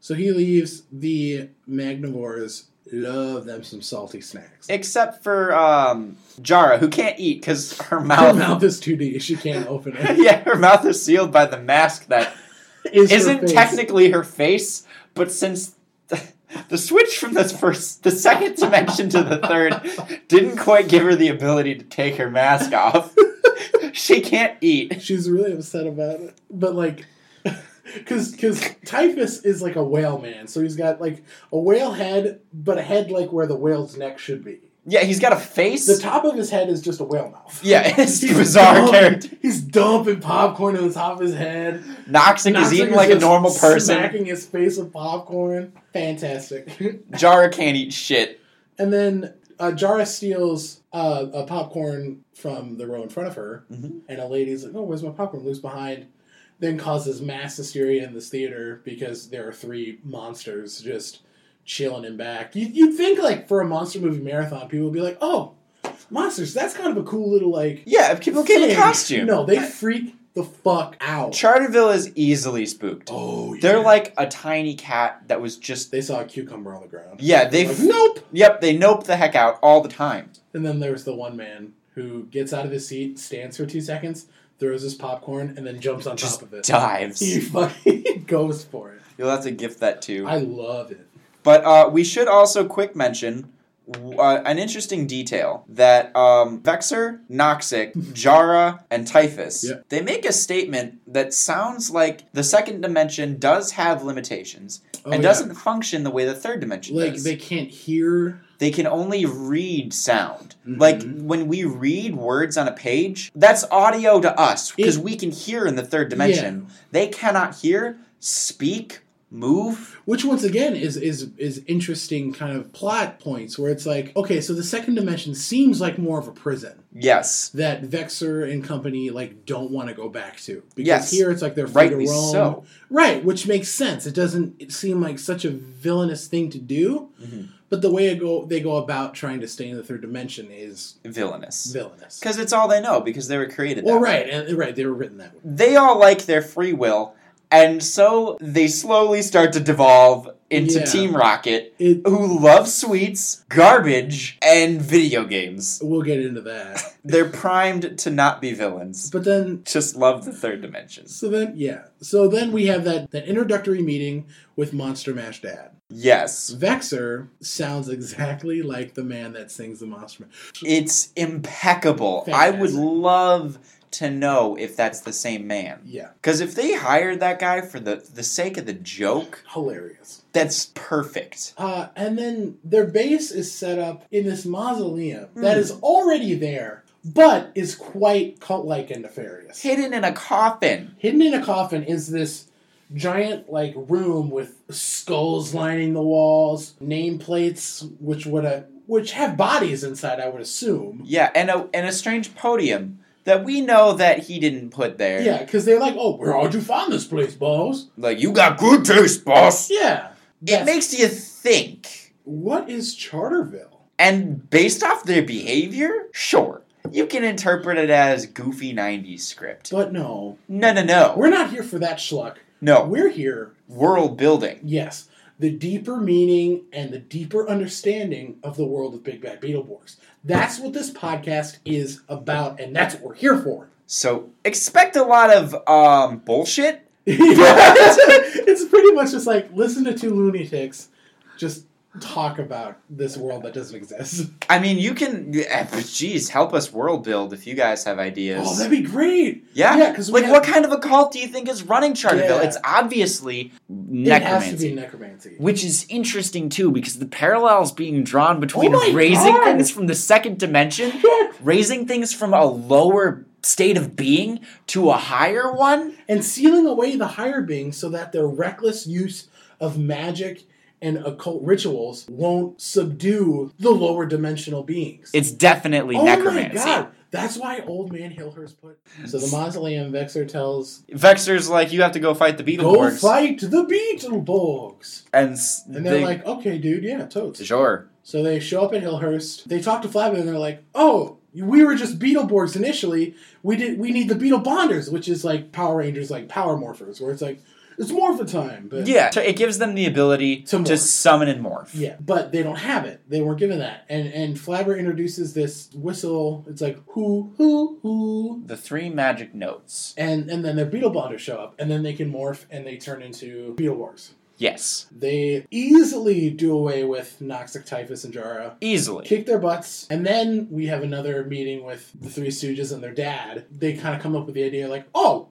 S3: So he leaves. The Magnivores love them some salty snacks.
S2: Except for um, Jara, who can't eat because her
S3: Her
S2: mouth.
S3: mouth is 2D. She can't open it.
S2: yeah, her mouth is sealed by the mask that
S3: Is her
S2: isn't
S3: face.
S2: technically her face, but since the, the switch from the first, the second dimension to the third didn't quite give her the ability to take her mask off, she can't eat.
S3: She's really upset about it. But, like, because Typhus is like a whale man. So he's got, like, a whale head, but a head like where the whale's neck should be.
S2: Yeah, he's got a face.
S3: The top of his head is just a whale mouth.
S2: yeah, it's a bizarre
S3: dumping-
S2: character.
S3: He's dumping popcorn on the top of his head.
S2: Noxic is
S3: Knox
S2: eating
S3: is
S2: like a
S3: just
S2: normal person.
S3: Smacking his face with popcorn. Fantastic.
S2: Jara can't eat shit.
S3: And then uh, Jara steals uh, a popcorn from the row in front of her,
S2: Mhm.
S3: and a lady's like, "Oh, where's my popcorn?" Leaves behind, then causes mass hysteria in this theater because there are three monsters just chilling in back. You, you'd think like for a monster movie marathon, people would be like, "Oh, monsters! That's kind of a cool little like."
S2: Yeah, if people came in
S3: thing."
S2: costume.
S3: No, they freak the fuck out.
S2: Charterville is easily spooked.
S3: oh, yeah.
S2: They're like a tiny cat that was just.
S3: they saw a cucumber on the ground.
S2: Yeah, they.
S3: Like, nope.
S2: Yep, they nope the heck out all the time.
S3: And then there's the one man who gets out of his seat, stands for two seconds, throws his popcorn, and then jumps on
S2: Just
S3: top of it.
S2: dives.
S3: He fucking goes for it.
S2: You'll have to gift that too.
S3: I love it.
S2: But uh, we should also quick mention uh, an interesting detail that um, Vexer, Noxic, Jara, and Typhus
S3: Yep.
S2: they make a statement that sounds like the second dimension does have limitations
S3: Oh,
S2: and
S3: yeah.
S2: doesn't function the way the third dimension
S3: like
S2: does.
S3: they
S2: They,
S3: can't hear.
S2: can only read sound. Like
S3: Mhm.
S2: when we read words on a page, that's audio to us because
S3: It-
S2: we can hear in the third dimension. They cannot hear, speak, move.
S3: Which once again is is is interesting kind of plot points where it's like, okay, so the second dimension seems like more of a prison
S2: Yes.
S3: that Vexer and company like don't want to go back to. Because
S2: Yes.
S3: here it's like they're free
S2: Rightly
S3: to roam.
S2: so.
S3: Right, which makes sense. It doesn't seem like such a villainous thing to do,
S2: Mhm.
S3: but the way it go they go about trying to stay in the third dimension is
S2: Villainous.
S3: villainous.
S2: Because it's all they know, because they were created that
S3: Well,
S2: way.
S3: right, and, right, they were written that way.
S2: They all like their free will, and so they slowly start to devolve into
S3: Yeah.
S2: Team Rocket,
S3: It,
S2: who love sweets, garbage, and video games.
S3: we'll get into that,
S2: They're primed to not be villains.
S3: but then
S2: Just love the third dimension.
S3: so then yeah, so then we have that that introductory meeting with Monster Mash Dad.
S2: Yes.
S3: Vexer sounds exactly like the man that sings the Monster Mash.
S2: It's impeccable. I would
S3: Fantastic.
S2: love to know if that's the same man.
S3: Yeah,
S2: Because if they hired that guy for the the sake of the joke,
S3: hilarious.
S2: that's perfect.
S3: Uh, and then their base is set up in this mausoleum
S2: Hmm.
S3: that is already there, but is quite cult-like and nefarious.
S2: Hidden in a coffin.
S3: Hidden in a coffin is this giant like room with skulls lining the walls, nameplates which would uh, which have bodies inside, I would assume.
S2: Yeah, and a and a strange podium that we know that he didn't put there.
S3: Yeah, because they're like, oh, where'd you find this place, boss?
S2: Like you got good taste, boss.
S3: Yeah.
S2: It
S3: That's-
S2: makes you think.
S3: what is Charterville?
S2: And based off their behavior, sure. You can interpret it as goofy 90s script.
S3: But no,
S2: No, no, no.
S3: we're not here for that schluck.
S2: No.
S3: We're here
S2: World building.
S3: Yes, the deeper meaning and the deeper understanding of the world of Big Bad Beetleborgs. That's what this podcast is about, and that's what we're here for.
S2: So expect a lot of um bullshit.
S3: it's pretty much just like listen to two lunatics just talk about this world that doesn't exist.
S2: I mean, you can. eh, but Geez, help us world build if you guys have ideas.
S3: Oh, that'd be great.
S2: yeah,
S3: yeah, 'cause we
S2: like
S3: have-
S2: what kind of a cult do you think is running Charterville?
S3: Yeah.
S2: It's obviously
S3: It has to
S2: necromancy,
S3: be necromancy.
S2: which is interesting too because the parallels being drawn between
S3: Oh my
S2: raising
S3: God.
S2: things from the second dimension, raising things from a lower state of being to a higher one.
S3: and sealing away the higher beings so that their reckless use of magic and occult rituals won't subdue the lower dimensional beings.
S2: It's
S3: Oh
S2: definitely necromancy.
S3: That's why Old Man Hillhurst put. So the mausoleum Vexer tells,
S2: Vexer's like, you have to go fight the
S3: "Go
S2: Beetleborgs,
S3: fight the Beetleborgs,"
S2: and s-
S3: and they're
S2: they-
S3: like, "Okay, dude, yeah, totes."
S2: sure,
S3: So they show up at Hillhurst. They talk to Flavio, and they're like, "Oh, we were just Beetleborgs initially. We did. We need the Beetle Bonders, which is like Power Rangers, like Power Morphers, where it's like it's Morphin time." But
S2: yeah. So it gives them the ability
S3: To
S2: to,
S3: morph.
S2: summon and morph.
S3: Yeah, but they don't have it. They weren't given that. And and Flabber introduces this whistle. It's like whoo whoo whoo,
S2: the three magic notes.
S3: and and then their Beetle Bonders show up, and then they can morph and they turn into Beetleborgs.
S2: Yes,
S3: They easily do away with Noxic Typhus and Jara,
S2: easily.
S3: kick their butts, and then we have another meeting with the Three Stooges and their dad. They kind of come up with the idea like, oh,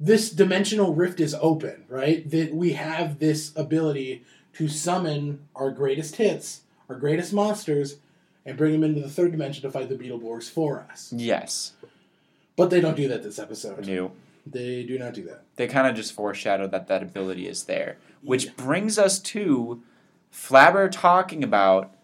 S3: this dimensional rift is open, right? That we have this ability to summon our greatest hits, our greatest monsters, and bring them into the third dimension to fight the Beetleborgs for us.
S2: Yes,
S3: But they don't do that this episode.
S2: new.
S3: They do not do that.
S2: They kind of just foreshadow that that ability is there, which brings us to Flabber talking about,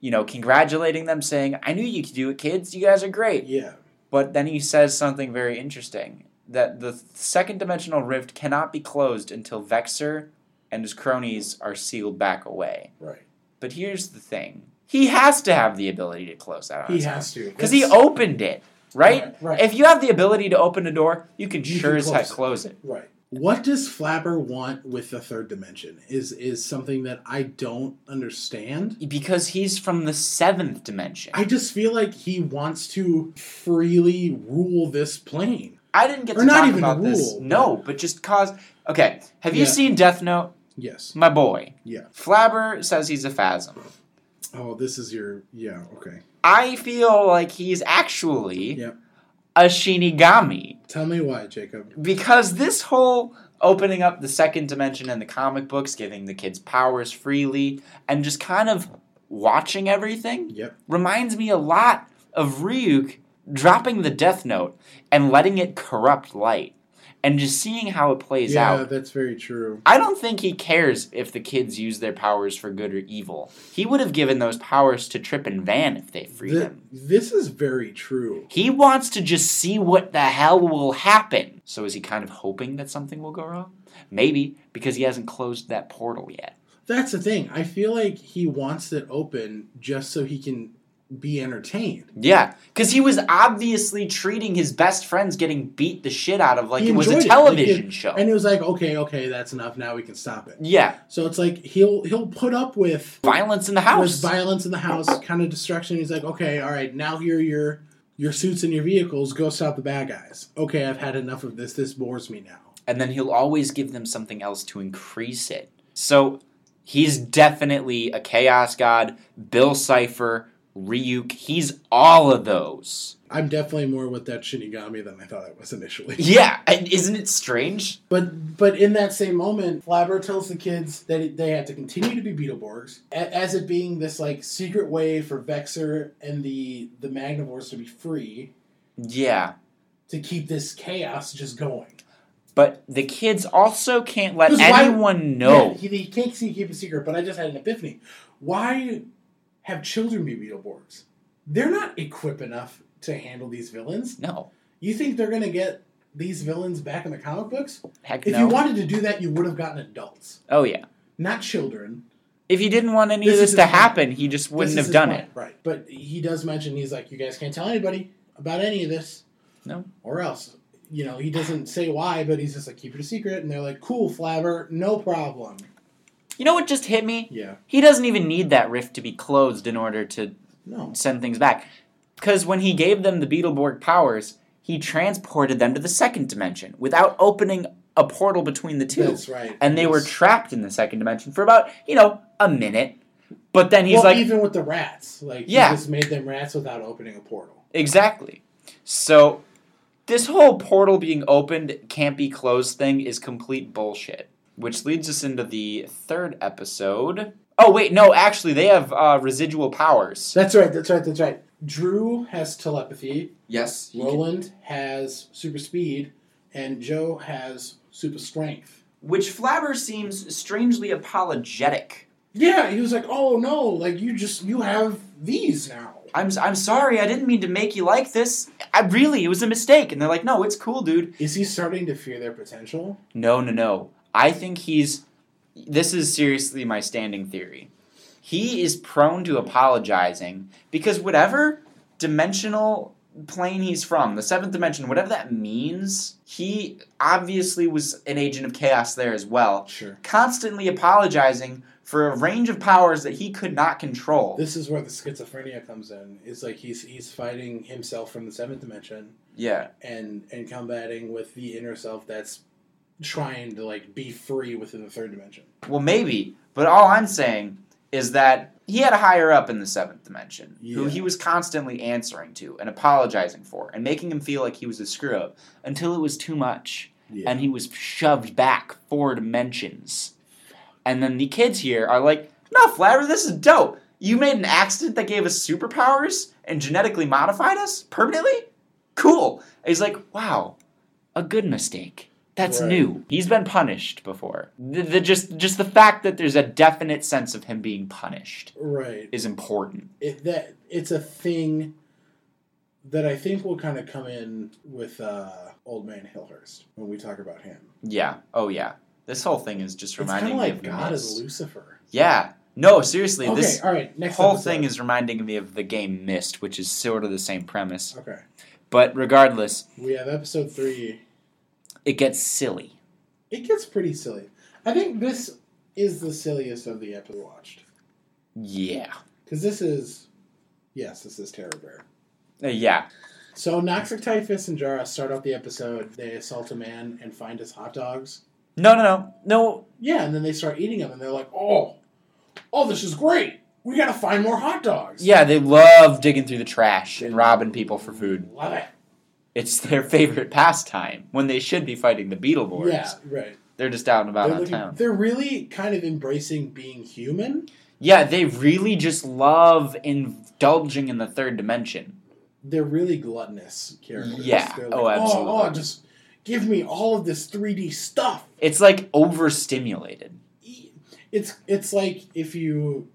S2: you know, congratulating them, saying, "I knew you could do it, kids. You guys are great."
S3: Yeah.
S2: But then he says something very interesting that the second dimensional rift cannot be closed until Vexer and his cronies are sealed back away.
S3: Right.
S2: But here's the thing: he has to have the ability to close that. on
S3: He
S2: his own.
S3: has to.
S2: Because he
S3: It's-
S2: opened it, right?
S3: Right, right.
S2: If you have the ability to open a door, you can
S3: You
S2: sure
S3: can
S2: as
S3: close
S2: heck
S3: it.
S2: close it.
S3: Right. What does Flapper want with the third dimension? Is is something that I don't understand.
S2: Because he's from the seventh dimension.
S3: I
S2: I,
S3: just feel like he wants to freely rule this plane.
S2: didn't get
S3: or
S2: to
S3: not
S2: talk
S3: even
S2: about this.
S3: rule,
S2: No, but just cause. Okay, have you
S3: Yeah.
S2: seen Death Note?
S3: Yes.
S2: My boy.
S3: Yeah.
S2: Flabber says he's a phasm.
S3: Oh, this is your yeah, okay.
S2: I feel like he's actually
S3: Yep.
S2: a Shinigami.
S3: Tell me why, Jacob.
S2: because this whole opening up the second dimension in the comic books, giving the kids powers freely, and just kind of watching everything
S3: Yep.
S2: reminds me a lot of Ryuk dropping the Death Note and letting it corrupt light and just seeing how it plays
S3: yeah,
S2: out.
S3: that's very true.
S2: I don't think he cares if the kids use their powers for good or evil. He would have given those powers to Trip and Van if they freed
S3: Th-
S2: him.
S3: this is very true.
S2: He wants to just see what the hell will happen. So is he kind of hoping that something will go wrong? Maybe, because he hasn't closed that portal yet.
S3: That's the thing. I feel like he wants it open just so he can be entertained.
S2: Yeah, because he was obviously treating his best friends getting beat the shit out of like
S3: He
S2: it was a
S3: enjoyed it. Like,
S2: television
S3: it-
S2: show.
S3: And it was like, okay, okay, that's enough. Now we can stop it.
S2: yeah,
S3: So it's like he'll he'll put up with
S2: violence in the
S3: with
S2: house.
S3: violence in the house, kind of destruction. He's like, okay, all right, now here are your your suits and your vehicles. Go stop the bad guys. Okay, I've had enough of this. This bores me now.
S2: and then he'll always give them something else to increase it. So he's definitely a chaos god, Bill Cipher, Ryuk. He's all of those.
S3: I'm definitely more with that Shinigami than I thought I was initially.
S2: Yeah, and isn't it strange?
S3: But but in that same moment, Flabber tells the kids that they have to continue to be Beetleborgs, a- as it being this like secret way for Vexer and the the Magnivores to be free
S2: Yeah,
S3: to keep this chaos just going.
S2: but the kids also can't let
S3: 'Cause why-
S2: anyone know.
S3: Yeah, he, he can't see keep a secret, but I just had an epiphany. Why have children be Beetleborgs? They're not equipped enough to handle these villains.
S2: No,
S3: You think they're gonna get these villains back in the comic books?
S2: heck
S3: If
S2: no.
S3: you wanted to do that, you would have gotten adults,
S2: oh yeah.
S3: not children.
S2: If he didn't want any
S3: This
S2: of
S3: is
S2: this to
S3: his plan.
S2: happen, he just wouldn't
S3: This
S2: have
S3: is
S2: done
S3: his
S2: it.
S3: plan, right? But he does mention he's like, you guys can't tell anybody about any of this.
S2: No.
S3: Or else, you know, he doesn't say why, but he's just like, keep it a secret, and they're like, cool, Flabber, no problem.
S2: You know what just hit me?
S3: Yeah.
S2: He doesn't even need that rift to be closed in order to
S3: No.
S2: send things back. Because when he gave them the Beetleborg powers, he transported them to the second dimension without opening a portal between the two.
S3: That's right.
S2: And they were
S3: Yes.
S2: trapped in the second dimension for about, you know, a minute. But then he's
S3: well,
S2: like,
S3: even with the rats, like
S2: Yeah.
S3: he just made them rats without opening a portal.
S2: exactly. So this whole portal being opened, can't be closed thing is complete bullshit. Which leads us into the third episode. Oh, wait, no, actually, they have uh, residual powers.
S3: That's right. That's right. That's right. Drew has telepathy.
S4: Yes. he can-
S3: Roland has super speed, and Joe has super strength.
S2: Which Flabber seems strangely apologetic
S3: Yeah, he was like, "Oh no, like you just you have these now."
S2: I'm, I'm sorry, I didn't mean to make you like this. I really, it was a mistake. And they're like, no, it's cool, dude.
S3: Is he starting to fear their potential?
S2: No, no, no. I think he's. This is seriously my standing theory. He is prone to apologizing because whatever dimensional plane he's from, the seventh dimension, whatever that means, he obviously was an agent of chaos there as well,
S3: Sure.
S2: constantly apologizing for a range of powers that he could not control.
S3: This is where the schizophrenia comes in. It's like he's he's fighting himself from the seventh dimension
S2: yeah.
S3: and and combating with the inner self that's trying to like be free within the third dimension.
S2: Well, maybe, but all I'm saying is that he had a higher up in the seventh dimension who
S3: Yeah.
S2: he was constantly answering to and apologizing for and making him feel like he was a screw up until it was too much
S3: Yeah.
S2: and he was shoved back four dimensions. And then the kids here are like, no, Flatter, this is dope. You made an accident that gave us superpowers and genetically modified us permanently? Cool. And he's like, wow, a good mistake. That's
S3: Right.
S2: new. He's been punished before. The, the just just the fact that there's a definite sense of him being punished
S3: Right.
S2: is important.
S3: it, that it's a thing that I think will kind of come in with uh, Old Man Hillhurst when we talk about him.
S2: Yeah. Oh yeah. This whole thing is just
S3: It's kind
S2: reminding
S3: of
S2: me of
S3: like
S2: the
S3: God
S2: Mist.
S3: is Lucifer.
S2: Yeah. No, seriously,
S3: okay,
S2: this
S3: all right. Next
S2: whole
S3: episode.
S2: thing is reminding me of the game Mist, which is sort of the same premise.
S3: okay.
S2: But regardless,
S3: We have episode three.
S2: it gets silly.
S3: It gets pretty silly. I think this is the silliest of the episodes watched
S2: Yeah.
S3: because this is, yes, this is Terror Bear.
S2: Uh, yeah.
S3: So Noxic Typhus and Jara start off the episode. They assault a man and find his hot dogs.
S2: No, no, no. No.
S3: Yeah, and then they start eating them, and they're like, "Oh, oh, this is great. We gotta find more hot dogs."
S2: Yeah, they love digging through the trash and robbing people for food.
S3: love it.
S2: It's their favorite pastime when they should be fighting the Beetleborgs.
S3: Yeah, right.
S2: They're just out and about
S3: They're,
S2: on
S3: looking-
S2: town.
S3: they're really kind of embracing being human.
S2: Yeah, they really just love indulging in the third dimension.
S3: They're really gluttonous characters.
S2: Yeah,
S3: They're
S2: oh,
S3: like, Oh,
S2: absolutely.
S3: just give me all of this 3D stuff. E,
S2: It's like overstimulated.
S3: It's it's like if you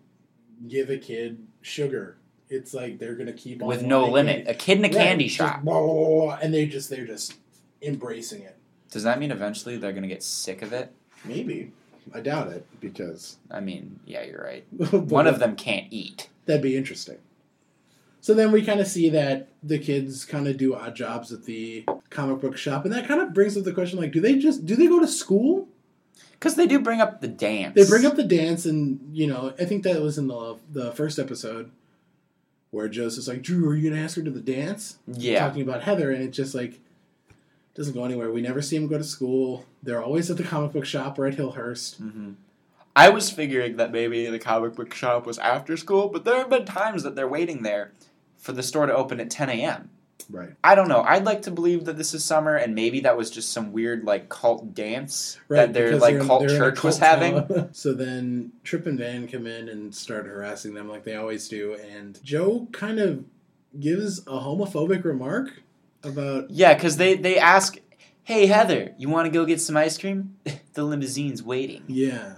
S3: give a kid sugar, it's like they're gonna keep on
S2: with no
S3: wanting
S2: limit.
S3: it.
S2: A kid in a
S3: Right,
S2: candy
S3: just
S2: shop.
S3: blah, blah, blah, blah, and they just they're just embracing it.
S2: Does that mean eventually they're gonna get sick of it?
S3: Maybe. I doubt it because
S2: I mean, yeah, you're right. One
S3: one
S2: of them can't eat.
S3: that'd be interesting. So then we kind of see that the kids kind of do odd jobs at the comic book shop, and that kind of brings up the question: like, do they just do they go to school?
S2: Because they do bring up the dance.
S3: They bring up the dance, and you know, I think that was in the the first episode where Joseph's like, "Drew, are you gonna ask her to the dance?"
S2: Yeah.
S3: talking about Heather, and it just like doesn't go anywhere. We never see them go to school. They're always at the comic book shop or at Hillhurst.
S2: hmm I was figuring that maybe the comic book shop was after school, but there have been times that they're waiting there for the store to open at 10 a.m.
S3: Right.
S2: I don't know. I'd like to believe that this is summer, and maybe that was just some weird like cult dance that their
S3: because
S2: like
S3: they're in-
S2: cult
S3: they're in a
S2: church was
S3: cult
S2: having.
S3: town. so then Trip and Van come in and start harassing them like they always do, and Joe kind of gives a homophobic remark about
S2: Yeah, because they they ask, "Hey Heather, you want to go get some ice cream? the limousine's waiting."
S3: yeah.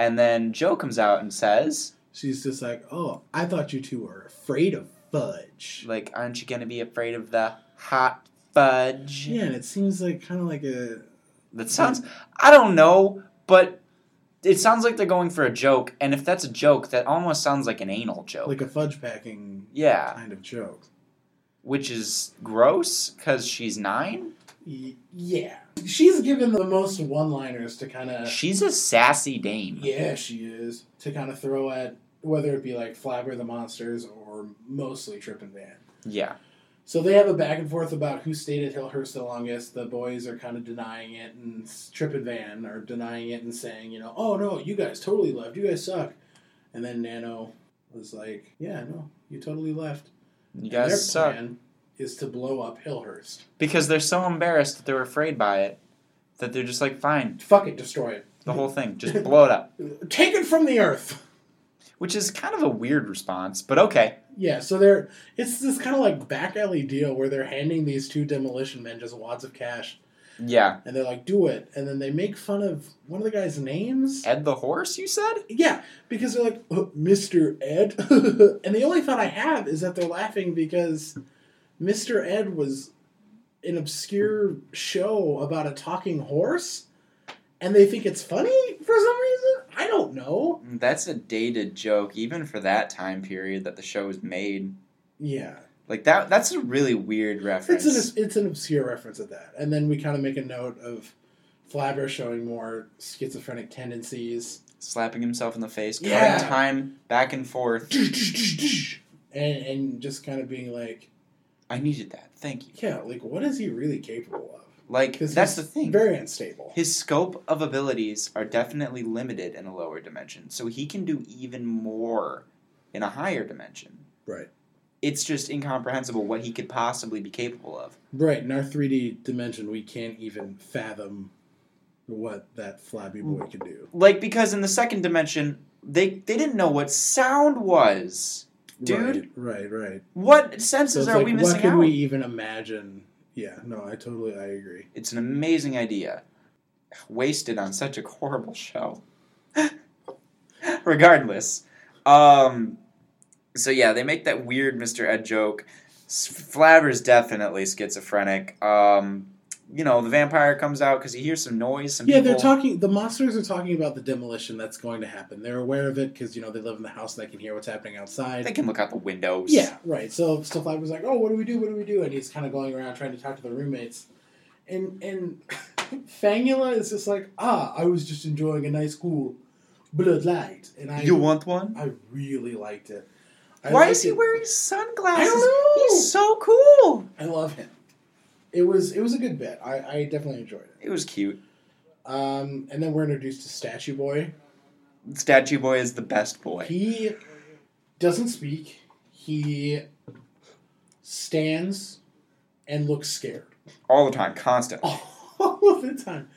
S2: And then Joe comes out and says,
S3: She's just like, oh, I thought you two were afraid of fudge.
S2: "Like, aren't you gonna be afraid of the hot fudge?"
S3: Yeah, and it seems like kind of like a
S2: That sounds. I don't know, but it sounds like they're going for a joke. And if that's a joke, that almost sounds like an anal joke.
S3: like a fudge packing
S2: yeah,
S3: kind of joke.
S2: which is gross because she's nine.
S3: Y- yeah, she's given the most one-liners to kind of
S2: She's a sassy dame.
S3: Yeah, she is. To kind of throw at whether it be like Flabber the Monsters or mostly Trip and Van.
S2: Yeah.
S3: So they have a back and forth about who stayed at Hillhurst the longest. The boys are kind of denying it, and s- Trip and Van are denying it and saying, you know, oh no, you guys totally left. You guys suck. And then Nano was like, yeah, no, you totally left.
S2: You
S3: and their
S2: guys suck.
S3: plan is to blow up Hillhurst.
S2: Because they're so embarrassed that they're afraid by it that they're just like, fine,
S3: Fuck it, destroy it.
S2: the whole thing, just blow it up.
S3: Take it from the earth.
S2: Which is kind of a weird response, but okay.
S3: Yeah, so they're it's this kind of like back alley deal where they're handing these two demolition men just wads of cash,
S2: Yeah.
S3: and they're like, "Do it," and then they make fun of one of the guy's names.
S2: Ed the horse, you said?
S3: Yeah, because they're like, "Uh, "Mr. Ed," and the only thought I have is that they're laughing because Mr. Ed was an obscure show about a talking horse, and they think it's funny for some reason. I don't know.
S2: That's a dated joke, even for that time period that the show was made.
S3: Yeah.
S2: Like that that's a really weird reference.
S3: It's an it's an obscure reference at that, and then we kind of make a note of Flabber showing more schizophrenic tendencies,
S2: Slapping himself in the face, cutting
S3: Yeah.
S2: time back and forth.
S3: and and just kind of being like,
S2: I needed that. Thank you.
S3: yeah, like what is he really capable of?
S2: Like
S3: 'Cause
S2: that's the
S3: he's
S2: thing.
S3: Very unstable.
S2: His scope of abilities are definitely limited in a lower dimension, so he can do even more in a higher dimension.
S3: Right.
S2: It's just incomprehensible what he could possibly be capable of.
S3: Right. In our three D dimension, we can't even fathom what that flabby boy can do.
S2: Like because in the second dimension, they they didn't know what sound was. Dude.
S3: Right. Right. right.
S2: What
S3: So
S2: senses
S3: it's
S2: are
S3: like,
S2: we
S3: what
S2: missing
S3: can
S2: out?
S3: we even imagine? Yeah. No, I totally I agree.
S2: It's an amazing idea, wasted on such a horrible show. Regardless, um, so yeah, they make that weird Mr. Ed joke. S- Flabber's definitely schizophrenic. Um, you know, the vampire comes out because he hears some noise. Some
S3: Yeah,
S2: people,
S3: they're talking. The monsters are talking about the demolition that's going to happen. They're aware of it because you know they live in the house. They can hear what's happening
S2: They
S3: outside.
S2: can look out the windows.
S3: Yeah, right. So Stefan was like, "Oh, what do we do? What do we do?" And he's kind of going around trying to talk to the roommates, and and Fangula is just like, "Ah, I was just enjoying a nice cool bloodlight, and I
S2: You want one?
S3: I really liked it. I
S2: Why
S3: liked
S2: is he
S3: it.
S2: wearing sunglasses?
S3: I don't know.
S2: He's so cool.
S3: I love him. It was it was a good bit. I, I definitely enjoyed it.
S2: It was cute.
S3: Um, and then we're introduced to Statue Boy,
S2: Statue Boy is the best boy.
S3: He doesn't speak. He stands and looks scared
S2: All the time, constant.
S3: all of the time.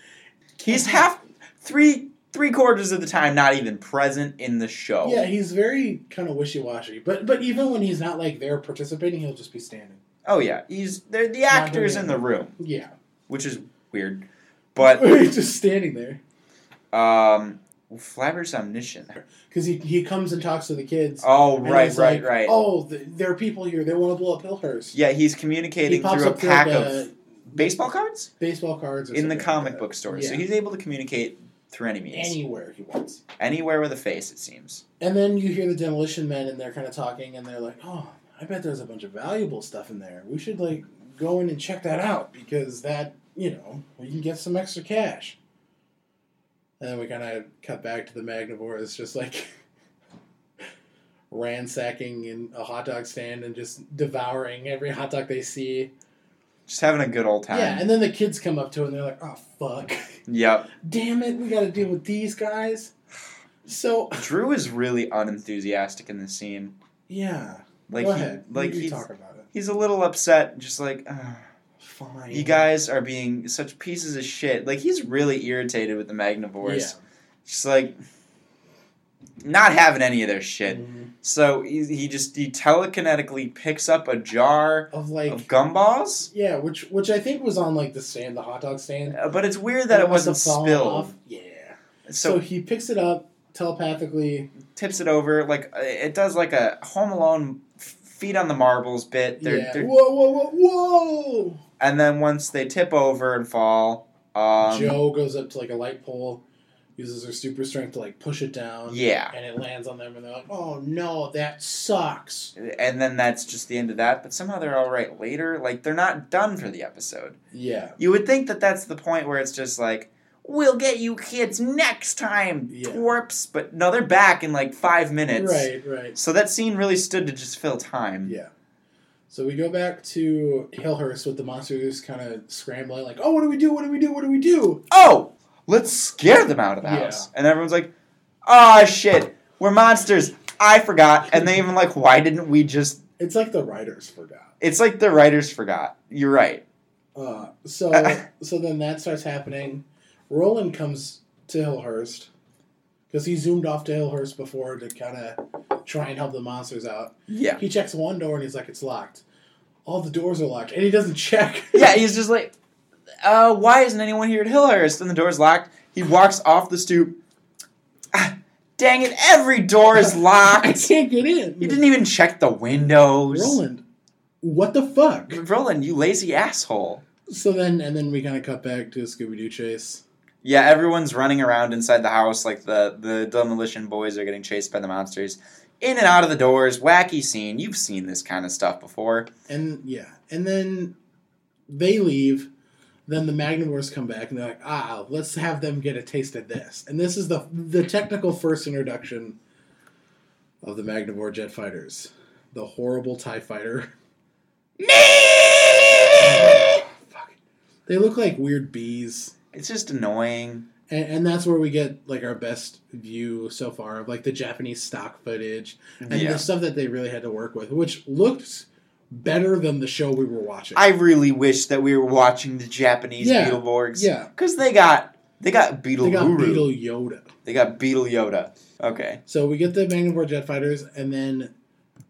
S2: He's
S3: Uh-huh.
S2: half three three quarters of the time not even present in the show.
S3: Yeah, he's very kind of wishy washy. But but even when he's not like there participating, he'll just be standing.
S2: Oh yeah, he's they're the actors in the room,
S3: Yeah,
S2: which is weird. But
S3: he's just standing there
S2: um, Flabber's omniscient.
S3: because he he comes and talks to the kids.
S2: Oh
S3: and
S2: right,
S3: he's
S2: right,
S3: like,
S2: right.
S3: Oh, th- there are people here. They want to blow up Hillhurst.
S2: Yeah, he's
S3: he
S2: communicating
S3: pops
S2: through a
S3: up through like
S2: pack
S3: a,
S2: of baseball cards
S3: baseball cards or
S2: in the
S3: something like
S2: comic
S3: that.
S2: book store, so
S3: Yeah.
S2: he's able to communicate through any means,
S3: anywhere he wants.
S2: anywhere with a face. It seems.
S3: And then you hear the demolition men, and they're kind of talking, and they're like, "Oh, I bet there's a bunch of valuable stuff in there. We should like go in and check that out because that, you know, we can get some extra cash." And then we kind of cut back to the Magnivores, just like ransacking in a hot dog stand and just devouring every hot dog they see.
S2: Just having a good old time.
S3: Yeah, and then the kids come up to it, and they're like, "Oh fuck,
S2: Yep.
S3: damn it, we got to deal with these guys." So
S2: Drew is really unenthusiastic in this scene.
S3: yeah,
S2: Like
S3: go
S2: he,
S3: ahead.
S2: like
S3: you
S2: he's
S3: talk about it.
S2: he's a little upset, just like "Ugh,
S3: Fine.
S2: you guys are being such pieces of shit. Like he's really irritated with the Magnivores. Just like not having any of their
S3: Yeah.
S2: shit. So he, he just he telekinetically picks up a jar
S3: Of like
S2: of gumballs,
S3: yeah, which which I think was on like the stand, the hot dog stand.
S2: Uh, but it's weird that it,
S3: must have
S2: wasn't
S3: fallen
S2: spilled.
S3: off. Yeah. So,
S2: So,
S3: he picks it up telepathically.
S2: tips it over like uh, it does like a Home Alone f- feet on the marbles bit. They're,
S3: yeah.
S2: they're,
S3: Whoa, whoa, whoa,
S2: and then once they tip over and fall,
S3: whoa!
S2: um,
S3: Joe goes up to like a light pole, uses her super strength to like push it down.
S2: yeah,
S3: And it lands on them, and they're like, "Oh no, that sucks."
S2: and then that's just the end of that. But somehow they're all right later. Like they're not done for the episode.
S3: Yeah,
S2: You would think that that's the point where it's just like, we'll get you kids next time,
S3: Yeah.
S2: twerps. But no, they're back in like five minutes.
S3: right, right.
S2: So that scene really stood to just fill time.
S3: Yeah. So we go back to Hillhurst with the monsters kind of scrambling, like, "Oh, what do we do? What do we do? What do we do?"
S2: Oh, let's scare them out of the
S3: Yeah.
S2: house. And everyone's like, ah, shit, we're monsters. I forgot. And they even like, why didn't we just?
S3: It's like the writers forgot.
S2: It's like the writers forgot. You're right.
S3: Uh, so so then that starts happening. Roland comes to Hillhurst because he zoomed off to Hillhurst before to kind of try and help the monsters out.
S2: Yeah.
S3: He checks one door and he's like, "It's locked." All the doors are locked, and he doesn't check.
S2: Yeah. He's just like, uh, why isn't anyone here at Hillhurst? And the door's locked. He walks off the stoop. Ah, dang it! Every door is
S3: I
S2: locked.
S3: can't get in.
S2: He didn't even check the windows.
S3: Roland, what the fuck?
S2: Roland, you lazy asshole.
S3: So then, and then we kind of cut back to Scooby Doo chase.
S2: Yeah, everyone's running around inside the house like the the demolition boys are getting chased by the monsters. In and out of the doors, wacky scene. You've seen this kind of stuff before.
S3: And yeah, and then they leave. Then the Magnivores come back, and they're like, "Ah, let's have them get a taste of this." And this is the the technical first introduction of the Magnivore jet fighters, the horrible Tie fighter. Fuck. They look like weird bees,
S2: It's just annoying.
S3: and, and that's where we get like our best view so far of like the Japanese stock footage and
S2: yeah.
S3: the stuff that they really had to work with, which looked better than the show we were watching.
S2: I really wish that we were watching the Japanese
S3: Yeah,
S2: Beetleborgs.
S3: yeah.
S2: Cause they got they got Beetle
S3: they got
S2: Guru.
S3: Beetle Yoda.
S2: They got Beetle Yoda. Okay.
S3: So we get the Magnivore jet fighters, and then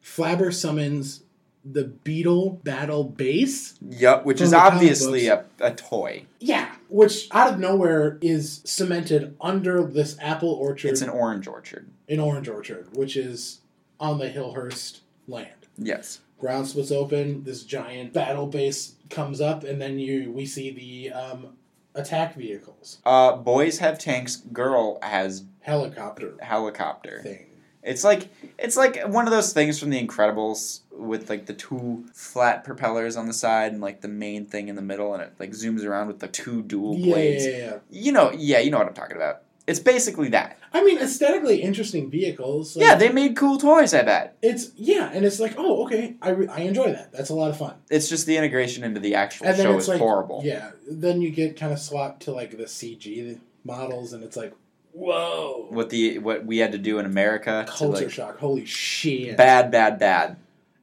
S3: Flabber summons the Beetle Battle Base.
S2: Yup, which
S3: From
S2: is
S3: the comic
S2: obviously a, a toy.
S3: Yeah, which out of nowhere is cemented under this apple orchard,
S2: It's an orange orchard.
S3: an orange orchard, which is on the Hillhurst land.
S2: Yes.
S3: Ground splits open. This giant battle base comes up, and then you we see the um, attack vehicles,
S2: Uh, boys have tanks, girl has
S3: helicopter
S2: helicopter.
S3: thing.
S2: It's like it's like one of those things from The Incredibles with like the two flat propellers on the side and like the main thing in the middle, and it like zooms around with the two dual
S3: Yeah,
S2: blades.
S3: yeah, yeah, yeah.
S2: You know, yeah, you know what I'm talking about. It's basically that.
S3: I mean, aesthetically interesting vehicles. like-
S2: yeah, they made cool toys. I bet
S3: It's yeah, and it's like, oh, okay, I, re- I enjoy that. That's a lot of fun.
S2: it's just the integration into the actual
S3: And then
S2: show
S3: it's
S2: is
S3: like,
S2: horrible.
S3: yeah, then you get kind of swapped to like the CG models, and it's like, whoa,
S2: What the what we had to do in America to
S3: culture
S2: like
S3: shock, holy shit!
S2: bad, bad, bad.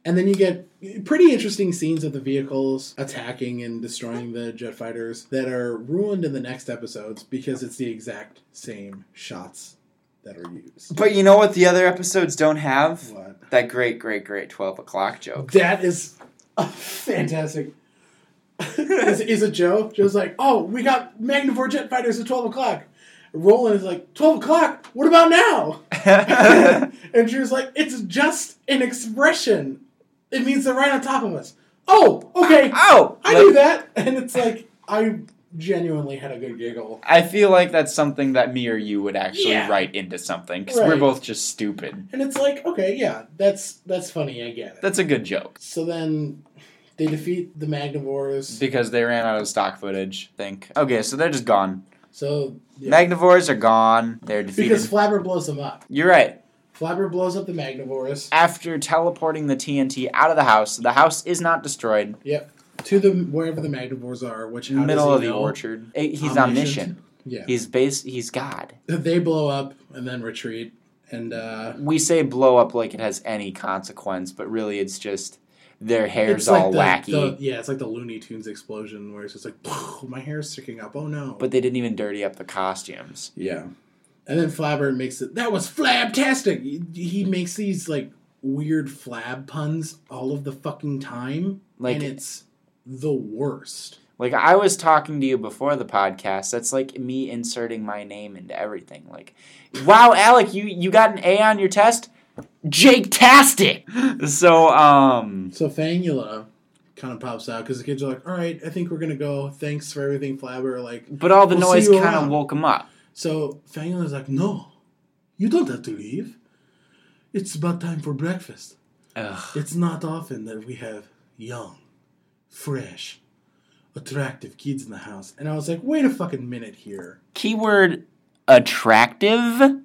S3: And then you get pretty interesting scenes of the vehicles attacking and destroying the jet fighters that are ruined in the next episodes because it's the exact same shots that are used.
S2: But you know what? The other episodes don't have
S3: What?
S2: that great, great, great twelve o'clock joke.
S3: That is a fantastic. is, is it Joe? Joe's like, oh, we got Magnivore jet fighters at 12 o'clock. Roland is like, 12 o'clock? What about now?
S2: Oh!
S3: and Drew's like, it's just an expression. It means they're right on top of us. Oh, okay.
S2: oh,
S3: I
S2: like-
S3: knew that. And it's like, I genuinely had a good giggle.
S2: I feel like that's something that me or you would actually
S3: Yeah.
S2: write into something because
S3: Right.
S2: we're both just stupid.
S3: And it's like, okay, yeah, that's that's funny. I get it.
S2: That's a good joke
S3: so then they defeat the Magnivores.
S2: because they ran out of stock footage. I think okay, so they're just gone.
S3: So yeah.
S2: Magnivores are gone. They're defeated.
S3: because Flabber blows them up.
S2: You're right.
S3: Flabber blows up the Magnivores
S2: After teleporting the TNT out of the house, the house is not destroyed.
S3: to the wherever the Magnivores are, which how
S2: middle
S3: does he
S2: of the
S3: know?
S2: orchard. Eh, He's omniscient.
S3: Yeah.
S2: He's base. He's God.
S3: they blow up and then retreat. And uh,
S2: We say blow up like it has any consequence, but really it's just their hair's
S3: it's like
S2: all
S3: the,
S2: wacky.
S3: the- yeah, it's like the Looney Tunes explosion where it's just like, my hair's sticking up. Oh no.
S2: but they didn't even dirty up the costumes.
S3: Yeah. And then Flabber makes it. That was flabtastic. He- He makes these like weird flab puns all of the fucking time,
S2: Like-
S3: and it's the worst.
S2: Like I was talking to you before the podcast, that's like me inserting my name into everything. Like, wow, Alec, you you got an A on your test, Jake Tastic. So um,
S3: So Fangula kind of pops out because the kids are like, "All right, I think we're gonna go. Thanks for everything, Flabber." Like,
S2: but all the
S3: We'll see
S2: noise
S3: you
S2: kind of
S3: around.
S2: woke him up.
S3: so Fangula's like, "No, you don't have to leave. It's about time for breakfast.
S2: Ugh.
S3: It's not often that we have young, fresh, attractive kids in the house." And I was like, "Wait a fucking minute here."
S2: Keyword attractive.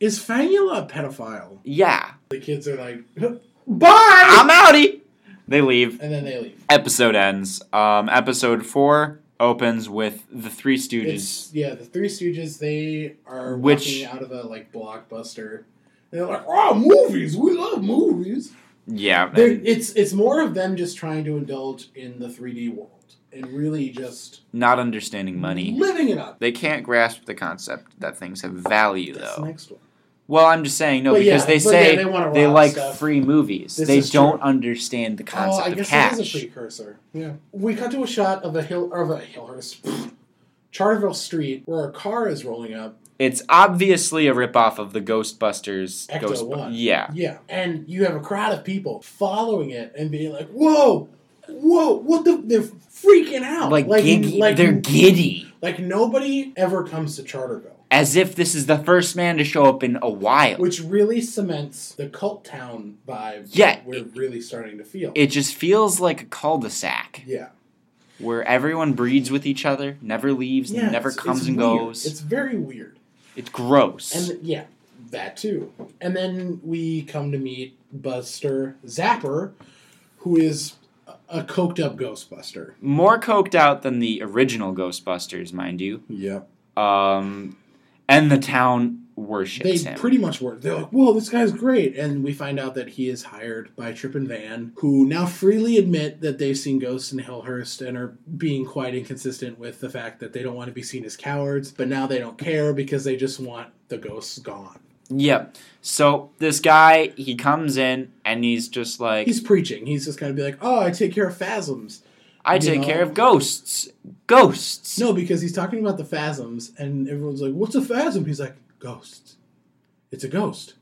S3: Is Fangula a pedophile?
S2: Yeah,
S3: The kids are like,
S2: bye. I'm outie. They leave.
S3: and then they leave.
S2: episode ends. Um, episode four opens with the Three Stooges.
S3: It's yeah, the Three Stooges. They are
S2: Which-
S3: walking out of a like blockbuster. They're like, oh, movies. We love movies.
S2: yeah,
S3: They're,
S2: and
S3: it's it's more of them just trying to indulge in the 3D world and really just
S2: not understanding money.
S3: living it up.
S2: They can't grasp the concept that things have value,
S3: That's the
S2: though.
S3: next one.
S2: Well, I'm just saying no
S3: But yeah,
S2: because they
S3: but yeah,
S2: say
S3: they wanna
S2: they
S3: rob
S2: like
S3: stuff.
S2: free movies.
S3: This
S2: they
S3: is
S2: don't understand the
S3: Oh,
S2: concept
S3: I
S2: of
S3: guess
S2: cash.
S3: it is a precursor. Yeah, we cut to a shot of a hill of a Hillhurst, Charterville Street, where a car is rolling up,
S2: it's obviously a ripoff of the Ghostbusters.
S3: Ecto
S2: Ghost,
S3: one.
S2: yeah.
S3: Yeah. And you have a crowd of people following it and being like, whoa, whoa, what the? They're freaking out.
S2: Like, giggy,
S3: like,
S2: they're giddy,
S3: like nobody ever comes to Charterville,
S2: as if this is the first man to show up in a while.
S3: which really cements the cult town vibe
S2: Yeah,
S3: that we're really starting to feel.
S2: it just feels like a cul-de-sac.
S3: yeah.
S2: where everyone breeds with each other, never leaves,
S3: yeah
S2: never
S3: it's-
S2: comes
S3: it's
S2: and
S3: weird.
S2: goes.
S3: It's
S2: It's,
S3: very weird.
S2: gross.
S3: And th- yeah, that too. And then we come to meet Buster Zapper, who is a- a coked up Ghostbuster.
S2: More coked out than the original Ghostbusters, mind you.
S3: Yeah.
S2: Um, and the town worships
S3: they
S2: him.
S3: pretty much were. They're like, "Whoa, this guy's great!" And we find out that he is hired by Trip and Van, who now freely admit that they've seen ghosts in Hillhurst and are being quite inconsistent with the fact that they don't want to be seen as cowards, but now they don't care because they just want the ghosts gone.
S2: yep. So this guy, he comes in and he's just like,
S3: He's preaching. He's just gonna be like, "Oh, I take care of phasms."
S2: I
S3: you
S2: take
S3: know.
S2: care of ghosts. Ghosts.
S3: No, because he's talking about the phasms, and everyone's like, "What's a phasm?" He's like, "Ghosts. It's a ghost.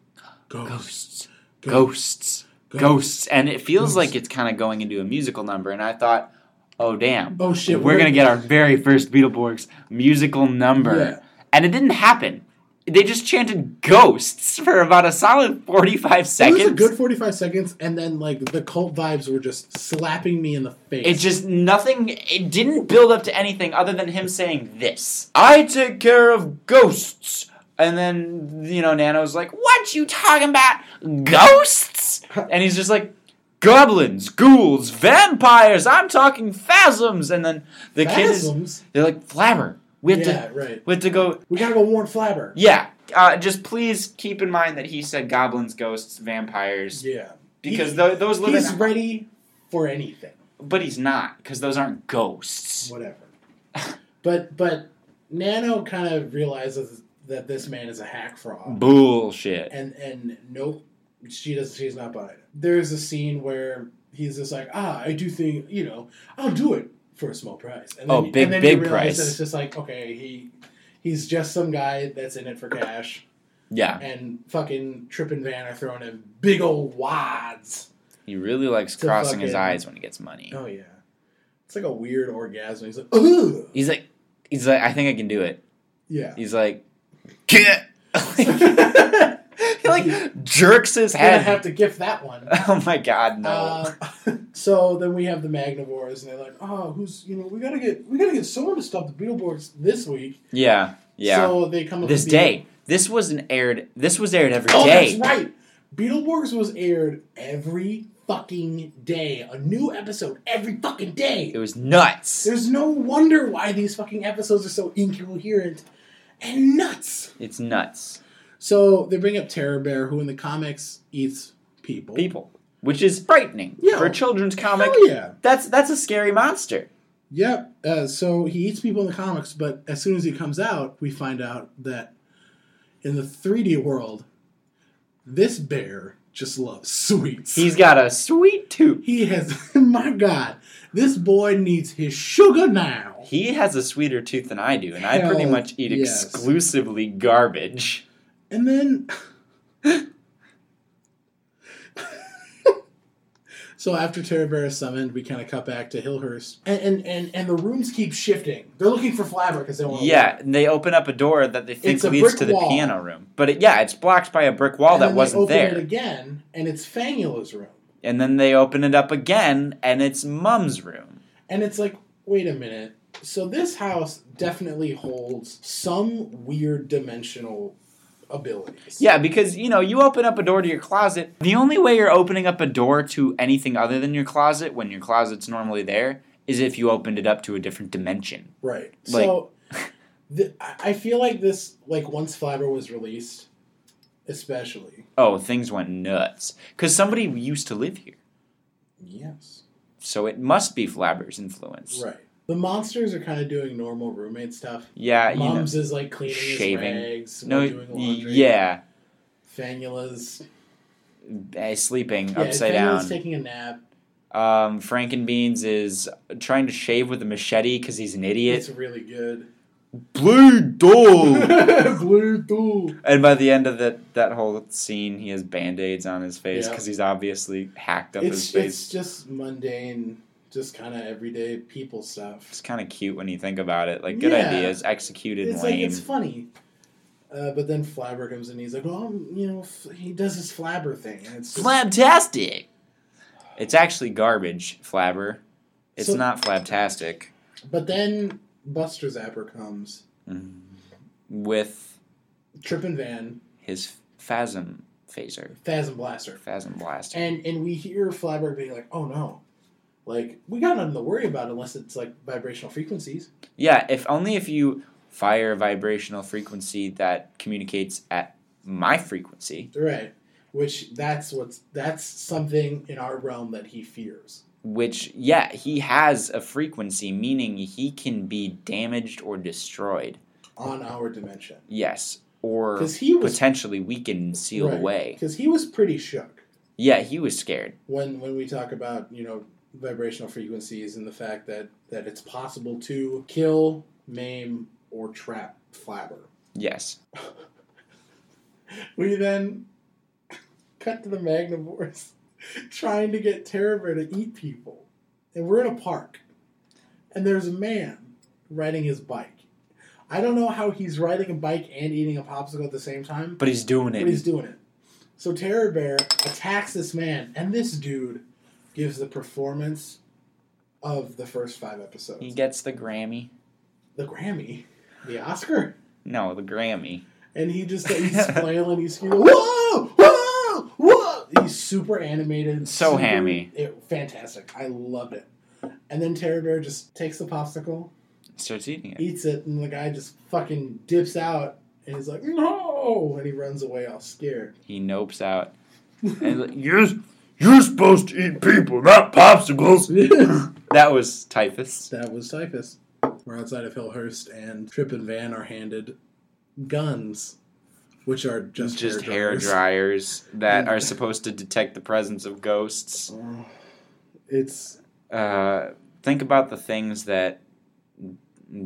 S3: Ghost.
S2: Ghosts. Ghosts.
S3: Ghost.
S2: Ghosts. And it feels
S3: Ghosts.
S2: like it's kind of going into a musical number. And I thought, oh, damn.
S3: Oh shit.
S2: we're gonna get our very first Beetleborgs musical number,
S3: Yeah.
S2: and it didn't happen. They just chanted ghosts for about a solid forty-five seconds.
S3: It was a good 45 seconds, and then, like, the cult vibes were just slapping me in the face.
S2: It just nothing. It didn't build up to anything other than him saying this. I take care of ghosts, and then you know Nano's like, "What you talking about? Ghosts?" And he's just like, "Goblins, ghouls, vampires. I'm talking phasms." And then the kids,
S3: Phasms?
S2: they're like, "Flabber, we have
S3: Yeah,
S2: to,
S3: right.
S2: we have to go
S3: We gotta go warn Flabber.
S2: Yeah. Uh, just please keep in mind that he said goblins, ghosts, vampires,
S3: Yeah.
S2: because tho- those live.
S3: He's
S2: in-
S3: ready for anything.
S2: but he's not, because those aren't ghosts.
S3: Whatever. but, but Nano kind of realizes that this man is a hack fraud.
S2: Bullshit.
S3: and and nope, she does. She's not buying it. There's a scene where he's just like, ah, I do think you know, I'll do it for a small price. And
S2: Oh, big,
S3: and then
S2: big
S3: you realize
S2: price.
S3: That it's just like okay, he he's just some guy that's in it for cash,
S2: Yeah,
S3: and fucking Trip and Van are throwing him big old wads.
S2: he really likes
S3: To
S2: crossing his
S3: fucking-
S2: eyes when he gets money.
S3: Oh yeah, it's like a weird orgasm. He's like, ugh,
S2: He's like, he's like, I think I can do it.
S3: yeah.
S2: He's like, get. he like jerks his
S3: Gonna
S2: head.
S3: have to gift that one.
S2: oh my god, no.
S3: Uh, so then we have the Magnivores, and they're like, "Oh, who's you know we gotta get we gotta get someone to stop the Beetleborgs this week."
S2: yeah, yeah.
S3: So they come up
S2: this
S3: with Oh, Beetle-
S2: day, this wasn't aired. This was aired every day.
S3: Oh, that's right. Beetleborgs was aired every fucking day. A new episode every fucking day.
S2: It was nuts.
S3: There's no wonder why these fucking episodes are so incoherent and nuts.
S2: It's nuts.
S3: So they bring up Terror Bear, who in the comics eats people.
S2: People, which is frightening
S3: Yeah.
S2: for a children's comic.
S3: Hell yeah.
S2: That's that's a scary monster.
S3: Yep. Uh, so he eats people in the comics, but as soon as he comes out, we find out that in the 3D world, this bear just loves sweets.
S2: He's got a sweet tooth.
S3: he has, my God, this boy needs his sugar now.
S2: He has a sweeter tooth than I do, and I
S3: Hell
S2: pretty much eat
S3: yes.
S2: exclusively garbage.
S3: And then. so after Terra Bear is summoned, we kind of cut back to Hillhurst. And, and, and, and the rooms keep shifting. They're looking for Flabber because they want
S2: Yeah, and they open up a door that they think
S3: It's a
S2: leads
S3: brick
S2: to the
S3: wall.
S2: piano room. But it, yeah, it's blocked by a brick wall
S3: And
S2: that
S3: then they
S2: wasn't
S3: open
S2: there.
S3: it again, and it's Fangula's room.
S2: and then they open it up again, and it's Mum's room.
S3: And it's like, wait a minute. So this house definitely holds some weird dimensional abilities.
S2: Yeah, because you know, you open up a door to your closet. The only way you're opening up a door to anything other than your closet when your closet's normally there is if you opened it up to a different dimension.
S3: Right. so th- I I feel like this, like once Flabber was released, especially.
S2: Oh, things went nuts because somebody used to live here,
S3: Yes.
S2: so it must be Flabber's influence.
S3: Right. The monsters are kind of doing normal roommate stuff.
S2: Yeah, Uh, you know,
S3: Mom's is like cleaning
S2: shaving.
S3: his rags,
S2: no,
S3: while doing laundry.
S2: yeah,
S3: Fangula's
S2: eh, sleeping
S3: yeah,
S2: upside
S3: Fangula's
S2: down.
S3: taking a nap.
S2: Um, Frankenbeans is trying to shave with a machete because he's an
S3: It's
S2: idiot.
S3: really good.
S2: Bleed dog.
S3: Blue tool.
S2: and by the end of that that whole scene, he has band aids on his face
S3: Yeah.
S2: because he's obviously hacked up his
S3: it's
S2: face.
S3: it's just mundane, just kind of everyday people stuff.
S2: It's kind of cute when you think about it. Like good
S3: Yeah.
S2: ideas executed
S3: It's like
S2: lame.
S3: it's funny, uh, but then Flabber comes in. He's like, "Well, I'm- you know, f- he does his Flabber thing, and it's just,
S2: Flabtastic. It's actually garbage, Flabber. It's
S3: So-
S2: not Flabtastic.
S3: But then Buster Zapper comes,
S2: With
S3: Trippin' Van,
S2: his phasm phaser,
S3: Phasm Blaster,
S2: phasm blaster.
S3: and and we hear Flabber being like, "Oh no." Like we got nothing to worry about unless it's like vibrational frequencies.
S2: Yeah, if only if you fire a vibrational frequency that communicates at my frequency,
S3: Right. Which that's what's that's something in our realm that he fears.
S2: which yeah, he has a frequency meaning he can be damaged or destroyed.
S3: On our dimension.
S2: Yes, or
S3: Because he was
S2: potentially weakened and sealed away.
S3: Because he was pretty shook
S2: Yeah, he was scared.
S3: when when we talk about you know vibrational frequencies and the fact that that it's possible to kill, maim, or trap Flabber.
S2: Yes.
S3: We then cut to the Magnivores trying to get Terror to eat people, and we're in a park, and there's a man riding his bike. I don't know how he's riding a bike and eating a popsicle at the same time,
S2: But he's doing it.
S3: but he's doing it. So Terror Bear attacks this man, and this dude gives the performance of the first five episodes.
S2: he gets the Grammy.
S3: the Grammy, the Oscar,
S2: No, the Grammy.
S3: and he just he's flailing, he's screaming, whoa, whoa, whoa! He's super animated,
S2: So
S3: super-
S2: hammy.
S3: it- fantastic! I loved it. And then Terror Bear just takes the popsicle,
S2: Starts eating it.
S3: eats it, and the guy just fucking dips out, and he's like, no, and he runs away all scared.
S2: He nopes out. And like,
S4: You're, you're supposed to eat people, not popsicles.
S2: that was typhus.
S3: That was Typhus. We're outside of Hillhurst, and Trip and Van are handed guns, which are just,
S2: Just
S3: hair
S2: hair dryers that are supposed to detect the presence of ghosts.
S3: dryers. Uh, It's
S2: Uh, think about the things that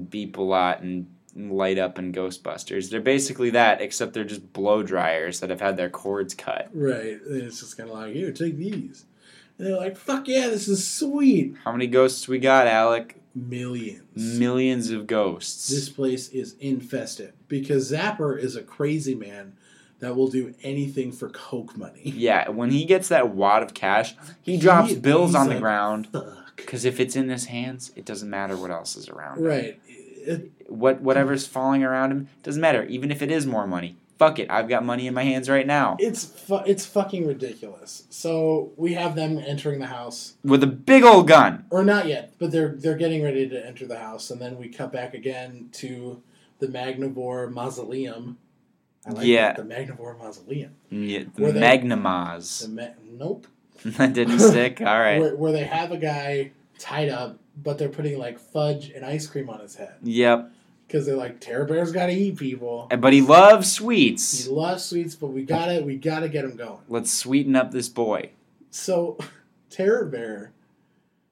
S2: beep a lot and light up in Ghostbusters. They're basically that, except they're just blow dryers that have had their cords cut.
S3: right. It's just kind of like here, take these, and they're like, "Fuck yeah, this is sweet."
S2: How many ghosts we got, Alec?
S3: Millions.
S2: Millions of ghosts.
S3: this place is infested because Zapper is a crazy man that will do anything for coke money.
S2: Yeah, when he gets that wad of cash, he
S3: He-
S2: drops bills
S3: he's
S2: on the
S3: a-
S2: ground.
S3: Fuck.
S2: Because if it's in his hands, it doesn't matter what else is around. him.
S3: Right. It- Mm.
S2: What whatever's falling around him doesn't matter, even if it is more money. Fuck it, I've got money in my hands right now.
S3: It's fu- it's fucking ridiculous. So we have them entering the house,
S2: With a big old gun.
S3: or not yet, but they're they're getting ready to enter the house, and then we cut back again to the Magnavore mausoleum. I like
S2: Yeah.
S3: that, the Magnavore mausoleum.
S2: Yeah, the
S3: Were they- The
S2: Magnamaz.
S3: ma- nope.
S2: that didn't stick? Alright.
S3: Where, where they have a guy tied up, but they're putting like fudge and ice cream on his head
S2: Yep.
S3: because they're like terror bears gotta eat people.
S2: But he loves
S3: He
S2: sweets.
S3: loves sweets, but we gotta we gotta get him going.
S2: Let's sweeten up this boy.
S3: So Terror Bear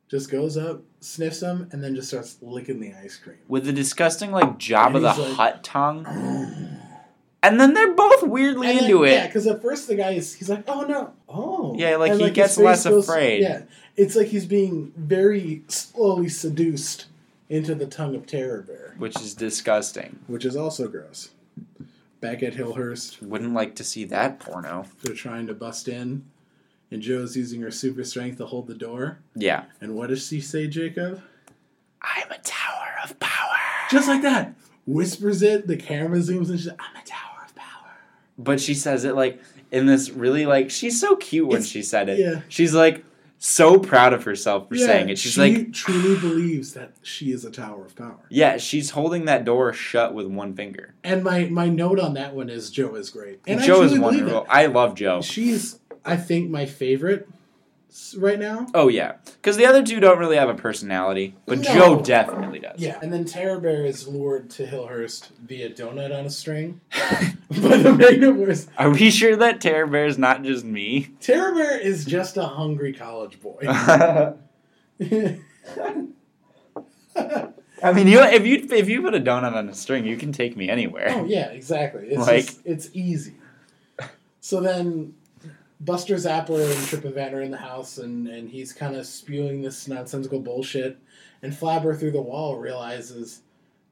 S3: just goes up, sniffs him, and then just starts licking the ice cream.
S2: With the disgusting, like, Job
S3: And
S2: of the
S3: he's like-
S2: Hut tongue. And then they're both weirdly
S3: And
S2: into
S3: then- Yeah,
S2: it.
S3: because at first the guy is he's like, oh no, oh
S2: Yeah, like,
S3: And,
S2: he
S3: his
S2: gets
S3: face
S2: less afraid.
S3: Yeah, it's like he's being very slowly seduced into the tongue of Terror Bear,
S2: Which is disgusting.
S3: which is also gross. Back at Hillhurst,
S2: Wouldn't like to see that porno.
S3: they're trying to bust in, and Joe's using her super strength to hold the door.
S2: Yeah.
S3: And what does she say, Jacob?
S2: I'm a tower of power.
S3: Just like that. Whispers it, the camera zooms and she's like, I'm a tower of power.
S2: but she says it like in this really like she's so cute when
S3: It's-
S2: she said it.
S3: yeah.
S2: She's like so proud of herself for saying it. She's
S3: she
S2: like
S3: truly believes that she is a tower of power.
S2: yeah, she's holding that door shut with one finger.
S3: And my, my note on that one is Joe is great. And
S2: Joe
S3: I
S2: is
S3: truly believe
S2: wonderful. I love Joe.
S3: it. She's I think my favorite s- right now.
S2: Oh yeah, because the other two don't really have a personality, but
S3: No.
S2: Joe definitely does.
S3: Yeah. And then Terror Bear is lured to Hillhurst via donut on a string. but the Magnavores
S2: Are we sure that Terror Bear is not just me?
S3: Terror Bear is just a hungry college boy.
S2: I mean, you if you if you put a donut on a string, you can take me
S3: Oh
S2: anywhere.
S3: yeah, exactly. It's
S2: Like-
S3: just, it's easy. So then Buster Zappler and Trip and Van are in the house and, and he's kind of spewing this nonsensical bullshit and Flabber through the wall realizes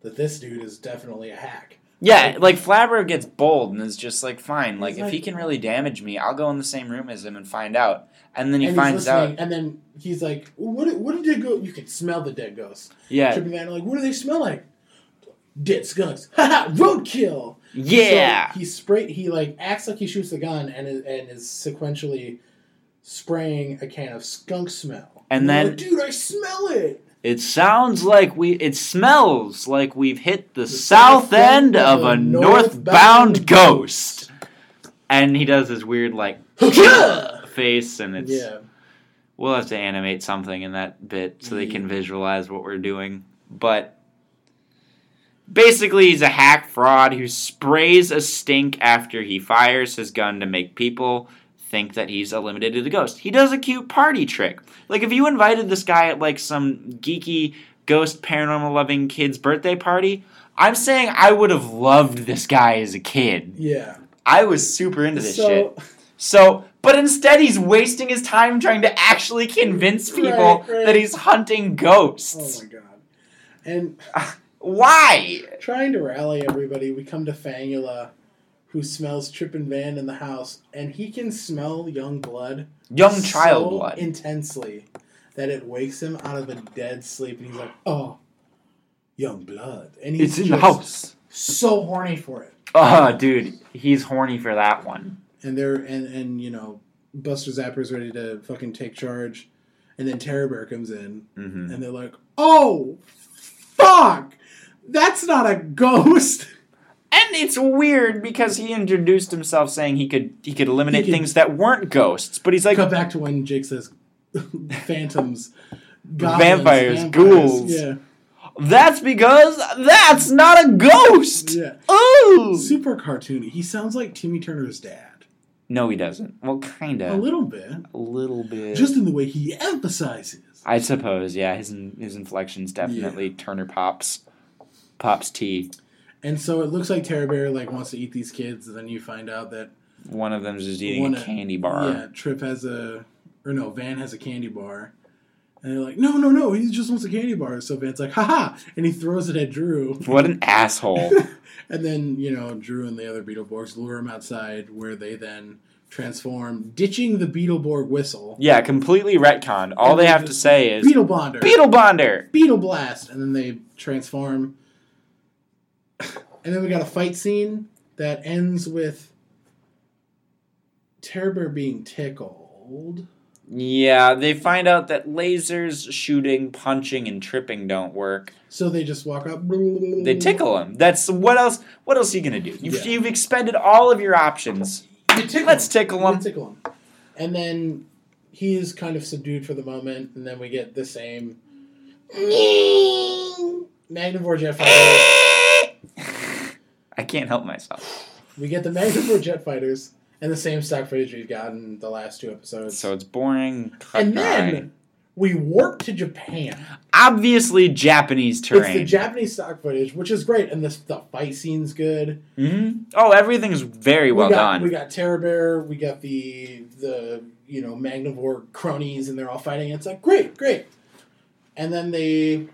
S3: that this dude is definitely a hack.
S2: Yeah, like Flabber gets bold and is just like, fine, like
S3: He's
S2: if
S3: like-
S2: he can really damage me, I'll go in the same room as him and find out. And then he
S3: and
S2: finds
S3: he's listening,
S2: out.
S3: and then he's like, "What? did- What did they go? You can smell the dead ghost."
S2: Yeah,
S3: Trip and Van are like, "What do they smell like?" Dead skunks. Ha ha! Roadkill.
S2: yeah,
S3: So he spray. He like acts like he shoots the gun and is, and is sequentially spraying a can of skunk smell.
S2: And
S3: they're
S2: then-
S3: like, dude, I smell it.
S2: It sounds like we. It smells like we've hit the,
S3: south end of a northbound
S2: ghost. And he does this weird like face, and it's
S3: yeah,
S2: we'll have to animate something in that bit so they
S3: Yeah.
S2: can visualize what we're doing. But basically, he's a hack fraud who sprays a stink after he fires his gun to make people think that he's eliminated a ghost. He does a cute party trick. Like if you invited this guy at like some geeky ghost paranormal loving kid's birthday party, I'm saying I would have loved this guy as a kid.
S3: yeah.
S2: I was super into this shit.
S3: So
S2: So, but instead, he's wasting his time trying to actually convince people
S3: Right, right.
S2: that he's hunting
S3: oh
S2: ghosts.
S3: my god, and Oh
S2: Why?
S3: trying to rally everybody, we come to Fangula, who smells Trip and Van in the house, and he can smell young blood,
S2: Young
S3: so
S2: child blood.
S3: intensely that it wakes him out of a dead sleep, and he's like, oh. Young blood, and he's just- so horny for it.
S2: Oh, dude, he's horny for that one.
S3: And they're and and you know, Buster Zapper's ready to fucking take charge, and then Terror Bear comes in,
S2: Mm-hmm.
S3: and they're like, "Oh, fuck, that's not a ghost."
S2: And it's weird because he introduced himself saying he could he could eliminate
S3: He could-
S2: things that weren't ghosts, but he's like
S3: Cut back to when Jake says, "Phantoms, goblins,
S2: Vampires, ghouls.
S3: Yeah,
S2: that's because that's not a ghost.
S3: yeah.
S2: Ooh.
S3: Super cartoony. He sounds like Timmy Turner's dad
S2: No, he doesn't. Well, kind
S3: a
S2: of.
S3: little bit,
S2: A little bit.
S3: just in the way he emphasizes.
S2: I suppose, yeah. His his inflection's definitely Turner Pops, Pops T.
S3: And so it looks like Terror Bear like wants to eat these kids, and then you find out that
S2: One of them's just eating
S3: One
S2: a
S3: of-
S2: candy bar.
S3: Yeah, Trip has a, or no, Van has a candy bar. And they're like, no, no, no, he just wants a candy bar. So Van's like, haha! And he throws it at Drew.
S2: What an asshole!
S3: And then, you know, Drew and the other Beetleborgs lure him outside where they then transform, ditching the Beetleborg whistle.
S2: yeah, completely retconned. All they have to say is
S3: Beetle Blonder!
S2: Beetle Bonder.
S3: Beetle Blast! And then they transform. And then we got a fight scene that ends with Terber being tickled.
S2: Yeah, they find out that lasers, shooting, punching, and tripping don't work.
S3: So they just walk up.
S2: They tickle him. That's what else. What else are you gonna do? You've,
S3: Mm. Yeah.
S2: you've expended all of your options.
S3: You tickle
S2: Let's
S3: him.
S2: tickle
S3: You
S2: him.
S3: tickle him. And then he is kind of subdued for the moment, and then we get the same. Magnivore jet fighters.
S2: I can't help myself.
S3: We get the Magnivore jet fighters and the same stock footage we've gotten the last two episodes.
S2: So it's boring. cut
S3: and
S2: guy.
S3: then we warp to Japan.
S2: obviously Japanese
S3: It's the
S2: terrain.
S3: Japanese stock footage, which is great, and the, the fight scene's good.
S2: Mhm. Oh, everything's very well
S3: we got,
S2: done.
S3: We got Terror Bear, we got the the you know Magnivore cronies, and they're all fighting. It's like great, great. And then they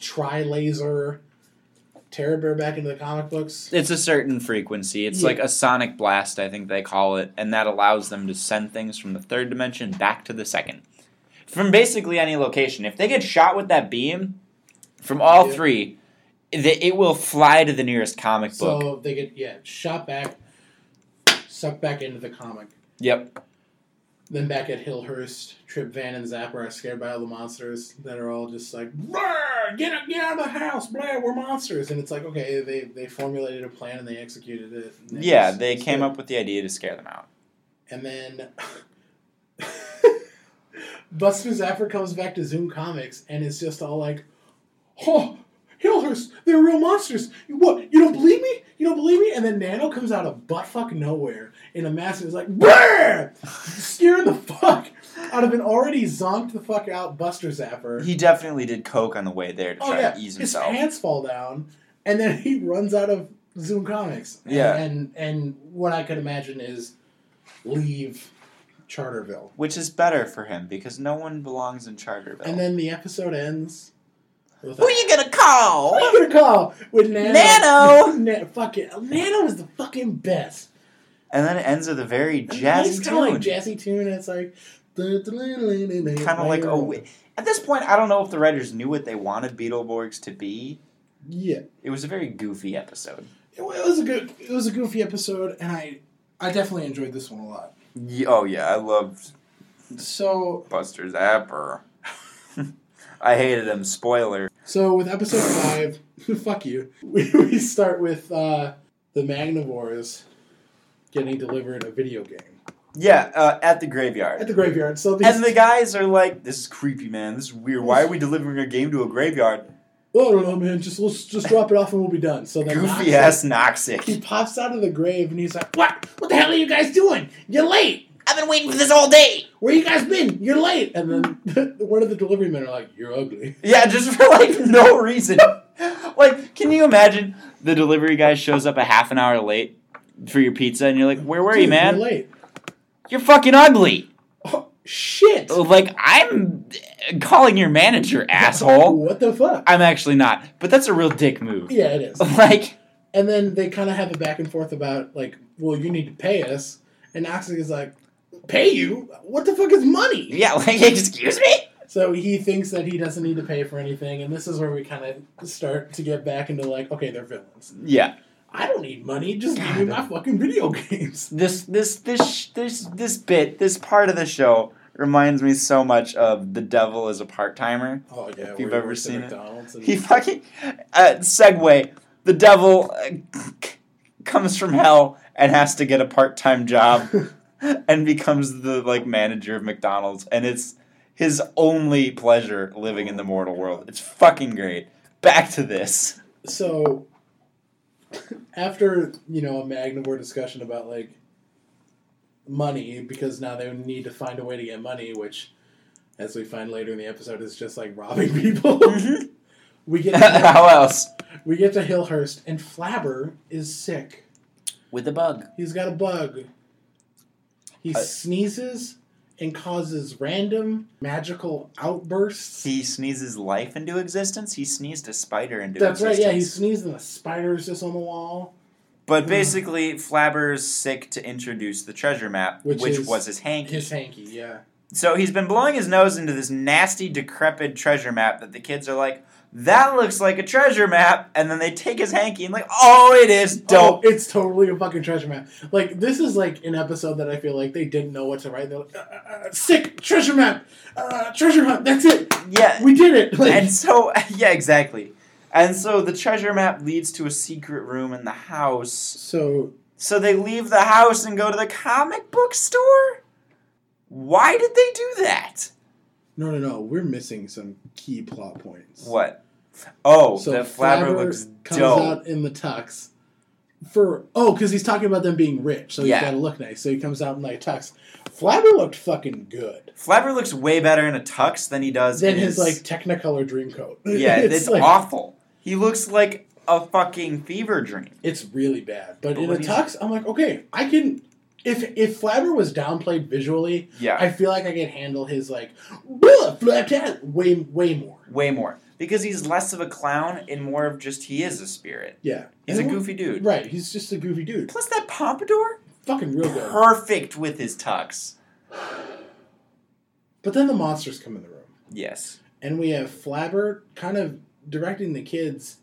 S3: try laser Terror Bear back into the comic books.
S2: it's a certain frequency. It's
S3: Yeah.
S2: like a sonic blast, I think they call it, and that allows them to send things from the third dimension back to the second. From basically any location. If they get shot with that beam from all
S3: Yeah.
S2: three, the, it will fly to the nearest comic book.
S3: So they get yeah shot back, sucked back into the comic.
S2: Yep.
S3: Then back at Hillhurst, Trip Van and Zapper are scared by all the monsters that are all just like, "Brrr, get up, get out of the house, Blair, we're monsters. And it's like, okay, they, they formulated a plan and they executed it. and it
S2: Yeah,
S3: was-
S2: they
S3: it was
S2: came
S3: good.
S2: up with the idea to scare them out.
S3: And then Buster Zapper comes back to Zoom Comics and is just all like, oh, Hillhurst, they're real monsters. You- What? You don't believe me? You don't believe me? And then Nano comes out of buttfuck nowhere in a mask and is like, brrr! Scaring the fuck out of an already zonked the fuck out Buster Zapper.
S2: He definitely did coke on the way there to
S3: oh,
S2: try
S3: yeah.
S2: to ease
S3: His
S2: himself.
S3: pants fall down and then he runs out of Zoom Comics. And-
S2: Yeah.
S3: And, and what I could imagine is leave Charterville.
S2: which is better for him because no one belongs in Charterville.
S3: And then the episode ends. With
S2: Who you gonna call?
S3: Who you gonna call? With Nano.
S2: Nano!
S3: Na- fuck it. Nano is the fucking best.
S2: And then it ends with a very
S3: it's
S2: jazzy
S3: kind of
S2: tune,
S3: like jazzy tune. And it's like kind
S2: kind of like oh. wait. At this point, I don't know if the writers knew what they wanted Beetleborgs to be.
S3: yeah.
S2: It was a very goofy episode.
S3: It, wa- it was a good. It was a goofy episode, and I I definitely enjoyed this one a lot.
S2: oh yeah, I loved
S3: So
S2: Buster Zapper. I hated him. Spoiler.
S3: so with episode five, fuck you. We, we start with uh, the Magnivores getting delivered a video game
S2: Yeah, uh, at the graveyard.
S3: at the graveyard. So these
S2: and the guys are like, "This is creepy, man. This is weird. Why are we delivering a game to a graveyard?"
S3: Oh, no, no, man. Just let's just drop it off and we'll be done. So then
S2: Goofy
S3: Nox-
S2: ass
S3: He
S2: Noxic.
S3: pops out of the grave and he's like, "What? What the hell are you guys doing? You're late.
S2: I've been waiting for this all day.
S3: Where you guys been? You're late." And then one of the delivery men are like, "You're ugly."
S2: Yeah, just for like no reason. like, can you imagine the delivery guy shows up a half an hour late for your pizza and you're like, "Where were
S3: Dude,
S2: you, man?
S3: You're
S2: You're,
S3: late.
S2: fucking ugly."
S3: Oh, shit.
S2: Like, I'm calling your manager, asshole.
S3: What the fuck?
S2: I'm actually not, but that's a real dick move.
S3: Yeah, it
S2: Oh,
S3: is.
S2: Like,
S3: And then they kind of have a back and forth about like, "Well, you need to pay us," and Oxley is like, "Pay you? What the fuck is money?"
S2: yeah, like, excuse me.
S3: So he thinks that he doesn't need to pay for anything, and this is where we kind of start to get back into like, okay, they're villains.
S2: Yeah,
S3: I don't need money; just give me my fucking video games.
S2: this, this, this, sh- this, this bit, this part of the show reminds me so much of the devil is a part timer.
S3: Oh yeah,
S2: If
S3: we
S2: you've
S3: were
S2: ever
S3: at
S2: seen it.
S3: McDonald's and-
S2: He fucking uh, segue. The devil uh, comes from hell and has to get a part-time job and becomes the like manager of McDonald's, and it's his only pleasure living in the mortal world. It's fucking great. Back to this.
S3: so after you know a Magnivore discussion about like money, because now they need to find a way to get money, which, as we find later in the episode, is just like robbing people. we get
S2: How else?
S3: we get to Hillhurst, and Flabber is sick.
S2: With a bug.
S3: He's got a bug. He
S2: Uh,
S3: sneezes and causes random magical outbursts.
S2: He sneezes life into existence. He sneezed a spider into
S3: That's right,
S2: existence.
S3: yeah, he sneezes and the spider's just on the wall.
S2: But basically, Flabber's sick to introduce the treasure map,
S3: Which
S2: which,
S3: is
S2: was his hanky.
S3: His hanky, yeah.
S2: So he's been blowing his nose into this nasty, decrepit treasure map that the kids are like, that looks like a treasure map. And then they take his hanky and like, oh, it is dope.
S3: Oh, it's totally a fucking treasure map. Like this is like an episode that I feel like they didn't know what to write. They're like, uh, uh, uh, sick treasure map, uh, treasure hunt. That's it.
S2: Yeah.
S3: We did it. Like,
S2: And so, yeah, exactly. And so the treasure map leads to a secret room in the house.
S3: so
S2: So they leave the house and go to the comic book store? Why did they do that?
S3: no, no, no. We're missing some key plot points.
S2: What? Oh,
S3: So
S2: that flabber,
S3: Flabber
S2: looks
S3: comes
S2: dope.
S3: out in the tux for oh, because he's talking about them being rich, so he's
S2: Yeah.
S3: got to look nice. So he comes out in like tux. Flabber looked fucking good.
S2: Flabber looks way better in a tux than he does
S3: Then
S2: in
S3: his like Technicolor dream coat.
S2: Yeah, it's,
S3: like,
S2: awful. He looks like a fucking fever dream.
S3: It's really bad. But,
S2: But
S3: in a
S2: what do you-
S3: tux, I'm like, okay, I can. If if Flabber was downplayed visually,
S2: Yeah.
S3: I feel like I could handle his like "Blah, flab tat," way way more.
S2: way more. Because he's less of a clown and more of just he is a spirit.
S3: Yeah,
S2: He's a
S3: And-
S2: goofy dude.
S3: Right, he's just a goofy dude.
S2: Plus that pompadour?
S3: Fucking real good.
S2: perfect with his tux.
S3: But then the monsters come in the room.
S2: Yes.
S3: and we have Flabber kind of directing the kids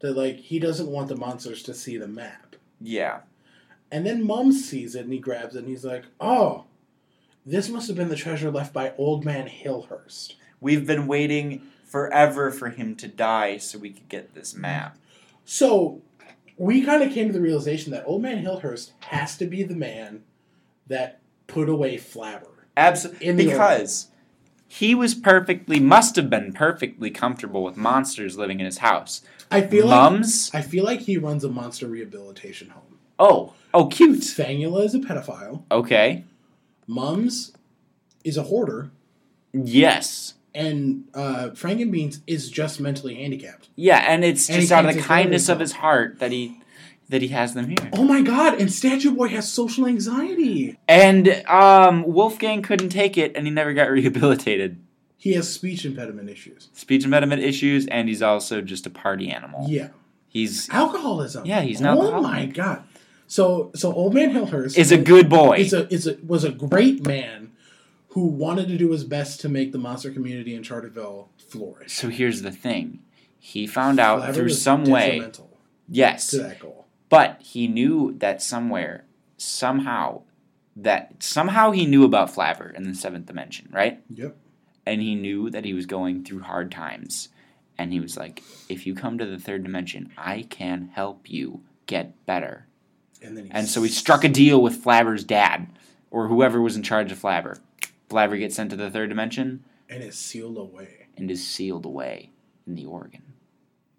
S3: that like he doesn't want the monsters to see the map.
S2: Yeah.
S3: And then Mum sees it and he grabs it and he's like, "Oh, this must have been the treasure left by Old Man Hillhurst."
S2: We've been waiting forever for him to die so we could get this map.
S3: So we kind of came to the realization that Old Man Hillhurst has to be the man that put away Flabber.
S2: Absolutely.
S3: In the
S2: Because he was perfectly, must have been perfectly comfortable with monsters living in his house.
S3: I feel like
S2: Mums?
S3: I feel like he runs a monster rehabilitation home.
S2: Oh. Oh, cute.
S3: Fangula is a pedophile.
S2: Okay.
S3: Mums is a hoarder.
S2: Yes.
S3: and uh, Frankenbeans is just mentally handicapped.
S2: Yeah, and it's
S3: And he
S2: just out of
S3: thinks
S2: the
S3: it's very
S2: kindness of
S3: cool.
S2: his heart that he that he has them here.
S3: Oh my god! And Statue Boy has social anxiety.
S2: And um, Wolfgang couldn't take it, and he never got rehabilitated.
S3: He has speech impediment issues.
S2: speech impediment issues, and he's also just a party animal.
S3: Yeah,
S2: He's
S3: alcoholism.
S2: Yeah, he's an
S3: Oh
S2: alcoholic.
S3: my god! So so old man Hillhurst
S2: is a good boy.
S3: is a is a was a great man who wanted to do his best to make the monster community in Charterville flourish.
S2: so here's the thing. He found out
S3: Flabber
S2: through
S3: was
S2: some way.
S3: detrimental
S2: Yes.
S3: to that goal.
S2: But he knew that somewhere, somehow, that somehow he knew about Flabber in the seventh dimension, right?
S3: Yep.
S2: And he knew that he was going through hard times. And he was like, if you come to the third dimension, I can help you get better.
S3: And then he
S2: And so he struck a deal with Flabber's dad, or whoever was in charge of Flabber. Flabber gets sent to the third dimension
S3: and is sealed away.
S2: and is sealed away in the organ.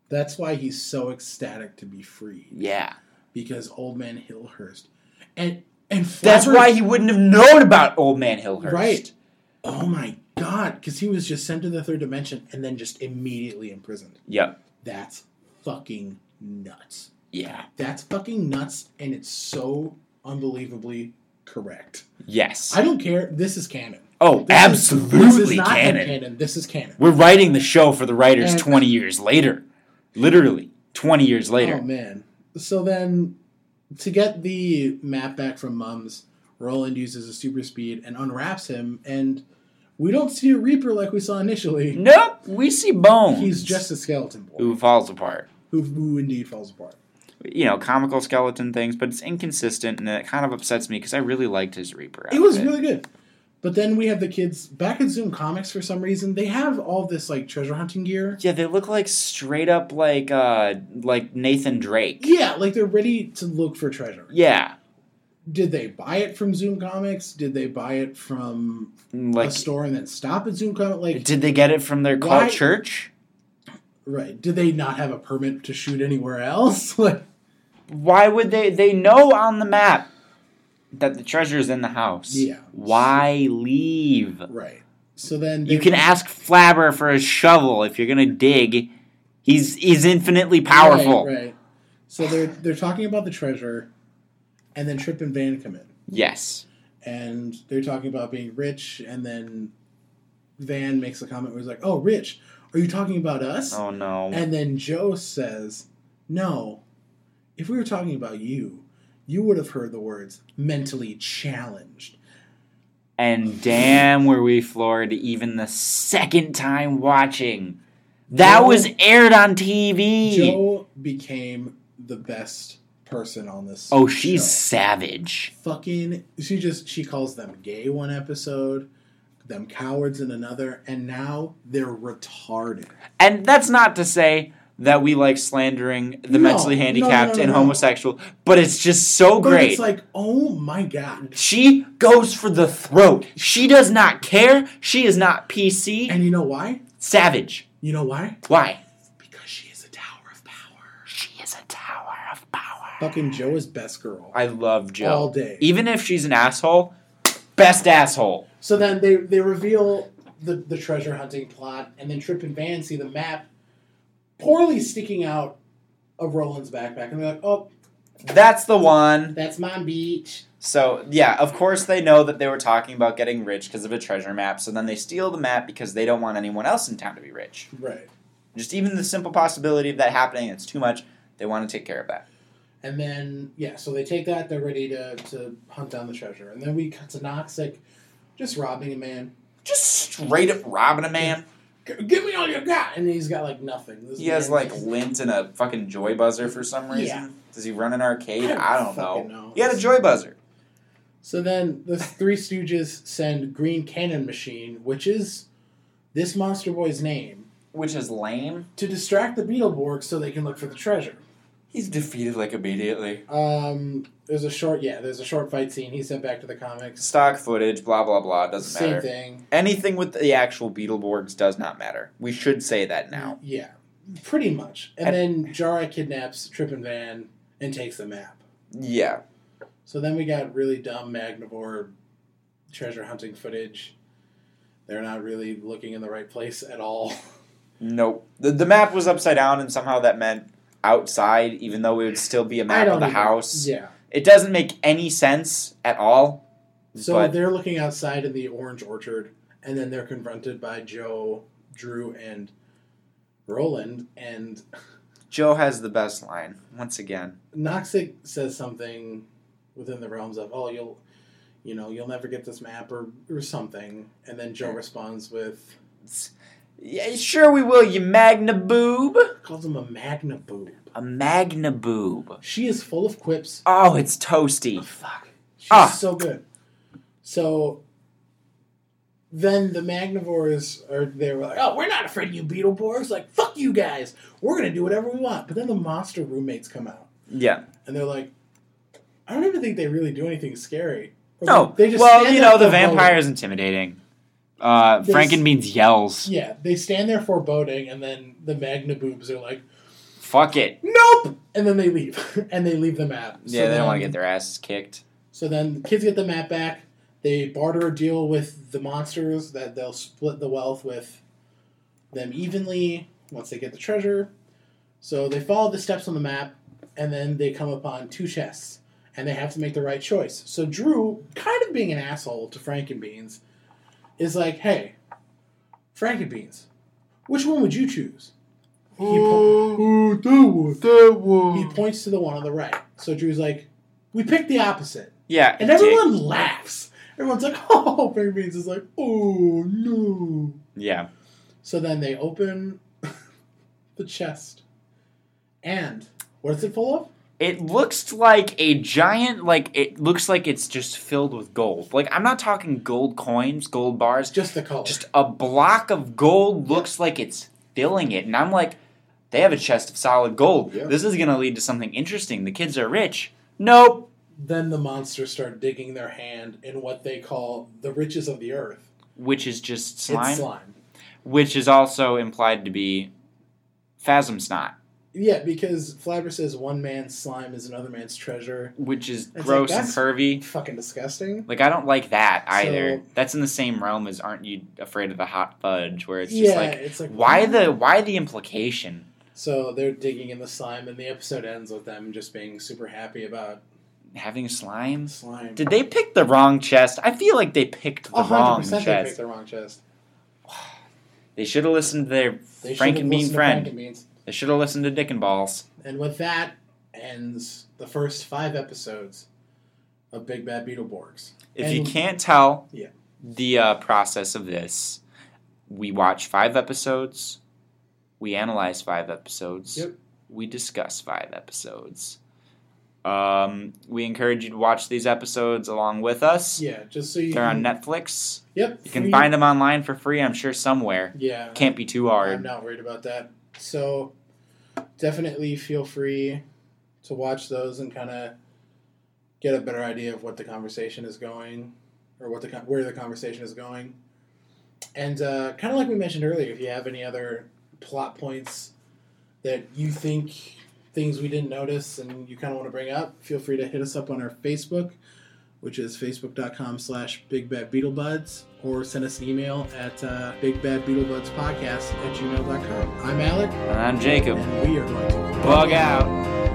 S3: That's why he's so ecstatic to be free.
S2: Yeah.
S3: because Old Man Hillhurst, and and Flabber,
S2: That's why he wouldn't have known about Old Man Hillhurst.
S3: Right. Oh my God! Because he was just sent to the third dimension and then just immediately imprisoned.
S2: Yep.
S3: That's fucking nuts.
S2: Yeah.
S3: That's fucking nuts, and it's so unbelievably correct.
S2: Yes.
S3: I don't care. This is canon. This
S2: oh,
S3: is-
S2: absolutely
S3: this is not
S2: canon.
S3: canon. This is canon.
S2: We're writing the show for the writers
S3: And-
S2: 20 years later. Literally, 20 years later.
S3: Oh man. So then to get the map back from Mums, Roland uses a super speed and unwraps him and we don't see a Reaper like we saw initially.
S2: nope. We see Bones.
S3: He's just a skeleton boy
S2: Who falls apart.
S3: who, who indeed falls apart.
S2: you know, comical skeleton things, but it's inconsistent and it kind of upsets me because I really liked his Reaper.
S3: It was
S2: outfit.
S3: really good. But then we have the kids back at Zoom Comics for some reason. They have all this like treasure hunting gear.
S2: Yeah, they look like straight up like uh like Nathan Drake.
S3: Yeah, like they're ready to look for treasure.
S2: Yeah.
S3: Did they buy it from Zoom Comics? Did they buy it from a
S2: Like
S3: store and then stop at Zoom Comics? Like
S2: did they get it from their
S3: Why-
S2: cult church?
S3: Right. Did they not have a permit to shoot anywhere else? like,
S2: Why would they they know on the map that the treasure is in the house?
S3: Yeah.
S2: Why leave?
S3: right. So then
S2: You
S3: they-
S2: can ask Flabber for a shovel if you're gonna dig. He's he's infinitely powerful.
S3: Right, right. So they're they're talking about the treasure, and then Trip and Van come in,
S2: Yes.
S3: and they're talking about being rich, and then Van makes a comment where he's like, "Oh, rich? Are you talking about us?"
S2: Oh no.
S3: And then Joe says, "No. If we were talking about you, you would have heard the words mentally challenged."
S2: And damn, were we floored even the second time watching. That
S3: Joe-
S2: was aired on TV.
S3: Joe became the best person on this.
S2: oh, she's
S3: show.
S2: savage.
S3: fucking. She just she calls them gay one episode, them cowards in another, and now they're retarded.
S2: And that's not to say that we like slandering
S3: No,
S2: the mentally
S3: no, no,
S2: handicapped
S3: no,
S2: and
S3: no.
S2: homosexual, but it's just so
S3: But
S2: great.
S3: it's like, oh my god.
S2: she goes for the throat. She does not care. She is not PC.
S3: And you know why?
S2: savage.
S3: You know why?
S2: Why?
S3: Because she is a tower of power.
S2: She is a tower of power.
S3: Fucking Joe is best girl.
S2: I love Joe.
S3: All day.
S2: Even if she's an asshole, best asshole.
S3: So then they they reveal the, the treasure hunting plot, and then Trip and Van see the map poorly sticking out of Roland's backpack, and they're like, "Oh,
S2: That's the one.
S3: that's my beach."
S2: So, yeah, of course they know that they were talking about getting rich because of a treasure map. So then they steal the map because they don't want anyone else in town to be rich.
S3: Right.
S2: Just even the simple possibility of that happening, it's too much. They want to take care of that.
S3: And then yeah, so they take that. They're ready to to hunt down the treasure, and then we cut to Noxic just robbing a man.
S2: Just straight up robbing a man.
S3: "G- Give me all you got, and he's got like nothing. This
S2: He has
S3: man
S2: like
S3: is-
S2: lint and a fucking joy buzzer for some reason.
S3: Yeah.
S2: Does he run an arcade? I don't know.
S3: fucking know.
S2: He had a joy buzzer.
S3: So then the Three Stooges send Green Cannon Machine, which is this monster boy's name,
S2: Which is lame.
S3: to distract the Beetleborgs so they can look for the treasure.
S2: He's defeated like immediately.
S3: Um, there's a short, yeah, there's a short fight scene. He's sent back to the comics.
S2: Stock footage, blah blah blah, doesn't
S3: Same
S2: matter.
S3: thing.
S2: Anything with the actual Beetleborgs does not matter. We should say that now.
S3: Yeah, pretty much. And,
S2: And-
S3: then Jara kidnaps Trip and Van and takes the map.
S2: Yeah.
S3: So then we got really dumb Magnivore treasure hunting footage. They're not really looking in the right place at all.
S2: Nope. The, the map was upside down, and somehow that meant outside, even though it would still be a
S3: I
S2: map
S3: don't
S2: of the
S3: even-
S2: house.
S3: Yeah.
S2: It doesn't make any sense at all.
S3: So
S2: but
S3: they're looking outside in the orange orchard, and then they're confronted by Joe, Drew, and Roland. And
S2: Joe has the best line once again.
S3: Noxic says something within the realms of, "Oh, you'll, you know, you'll never get this map or or something." And then Joe responds with,
S2: Yeah, sure we will, you magna boob.
S3: calls him a magna boob.
S2: A magna boob.
S3: She is full of quips.
S2: Oh, it's toasty.
S3: Fuck, she's
S2: Ah.
S3: so good. So. Then the Magnivores are there. Like, oh, we're not afraid of you, Beetleborgs. Like, fuck you guys. We're gonna do whatever we want. But then the monster roommates come out,
S2: Yeah.
S3: and they're like, I don't even think they really do anything scary. Or
S2: No.
S3: they just
S2: well,
S3: stand
S2: you
S3: up
S2: know, the
S3: for Roland.
S2: vampire is intimidating. Uh,
S3: There's-
S2: Frankenbeans yells.
S3: Yeah, they stand there foreboding, and then the Magna boobs are like,
S2: Fuck it.
S3: "Nope," and then they leave, and they leave the map. So
S2: yeah, they don't
S3: then-
S2: want to get their asses kicked.
S3: So then the kids get the map back. They barter a deal with the monsters that they'll split the wealth with them evenly once they get the treasure. So they follow the steps on the map, and then they come upon two chests, and they have to make the right choice. So Drew, kind of being an asshole to Frankenbeans, is like, "Hey, Frankenbeans, which one would you choose?" He po-
S4: That one.
S3: he points to the one on the right. So Drew's like, "We picked the opposite."
S2: Yeah.
S3: And everyone laughs. Everyone's like, oh, Big Beans is like, oh, no.
S2: Yeah.
S3: So then they open the chest. And what is it full of?
S2: It looks like a giant, like, it looks like it's just filled with gold. Like, I'm not talking gold coins, gold bars.
S3: It's just the color.
S2: just a block of gold looks like it's filling it and i'm like they have a chest of solid gold
S3: Yeah.
S2: this is going to lead to something interesting the kids are rich nope
S3: then the monsters start digging their hand in what they call the riches of the earth.
S2: which is just slime,
S3: It's slime.
S2: which is also implied to be phasm snot
S3: Yeah, because Flabber says one man's slime is another man's treasure.
S2: which is
S3: like,
S2: gross and
S3: that's-
S2: pervy
S3: Fucking disgusting.
S2: like i don't like that either
S3: So-
S2: that's in the same realm as aren't you afraid of the hot fudge where it's just
S3: yeah,
S2: like
S3: it's like
S2: why the why the implication
S3: So they're digging in the slime, and the episode ends with them just being super happy about
S2: having slime
S3: slime.
S2: did they pick the wrong chest i feel like they picked the
S3: A hundred
S2: wrong
S3: percent
S2: chest
S3: they picked the wrong chest.
S2: They should have listened to their
S3: They
S2: Frank
S3: should've
S2: and Bean
S3: listened to
S2: friend.
S3: Frank and Beans.
S2: They should have listened to Dick and Balls.
S3: And with that ends the first five episodes of Big Bad Beetleborgs.
S2: If
S3: And-
S2: you can't tell
S3: Yeah.
S2: the uh, process of this, we watch five episodes. We analyze five episodes.
S3: Yep.
S2: We discuss five episodes. Um, we encourage you to watch these episodes along with us.
S3: Yeah, just so you
S2: They're on
S3: can-
S2: Netflix.
S3: Yep.
S2: You can find them online for free, I'm sure, somewhere.
S3: Yeah.
S2: Can't be too
S3: I'm
S2: hard.
S3: not worried about that. So definitely feel free to watch those and kind of get a better idea of what the conversation is going or what the con- where the conversation is going. And uh, kind of like we mentioned earlier, if you have any other plot points that you think things we didn't notice and you kind of want to bring up, feel free to hit us up on our Facebook, which is facebook.com slash bigbadbeetlebuds, or send us an email at uh, bigbadbeetlebudspodcast at gmail.com. I'm Alec,
S2: And I'm Jacob.
S3: and we are going to
S2: Bug out.
S3: out.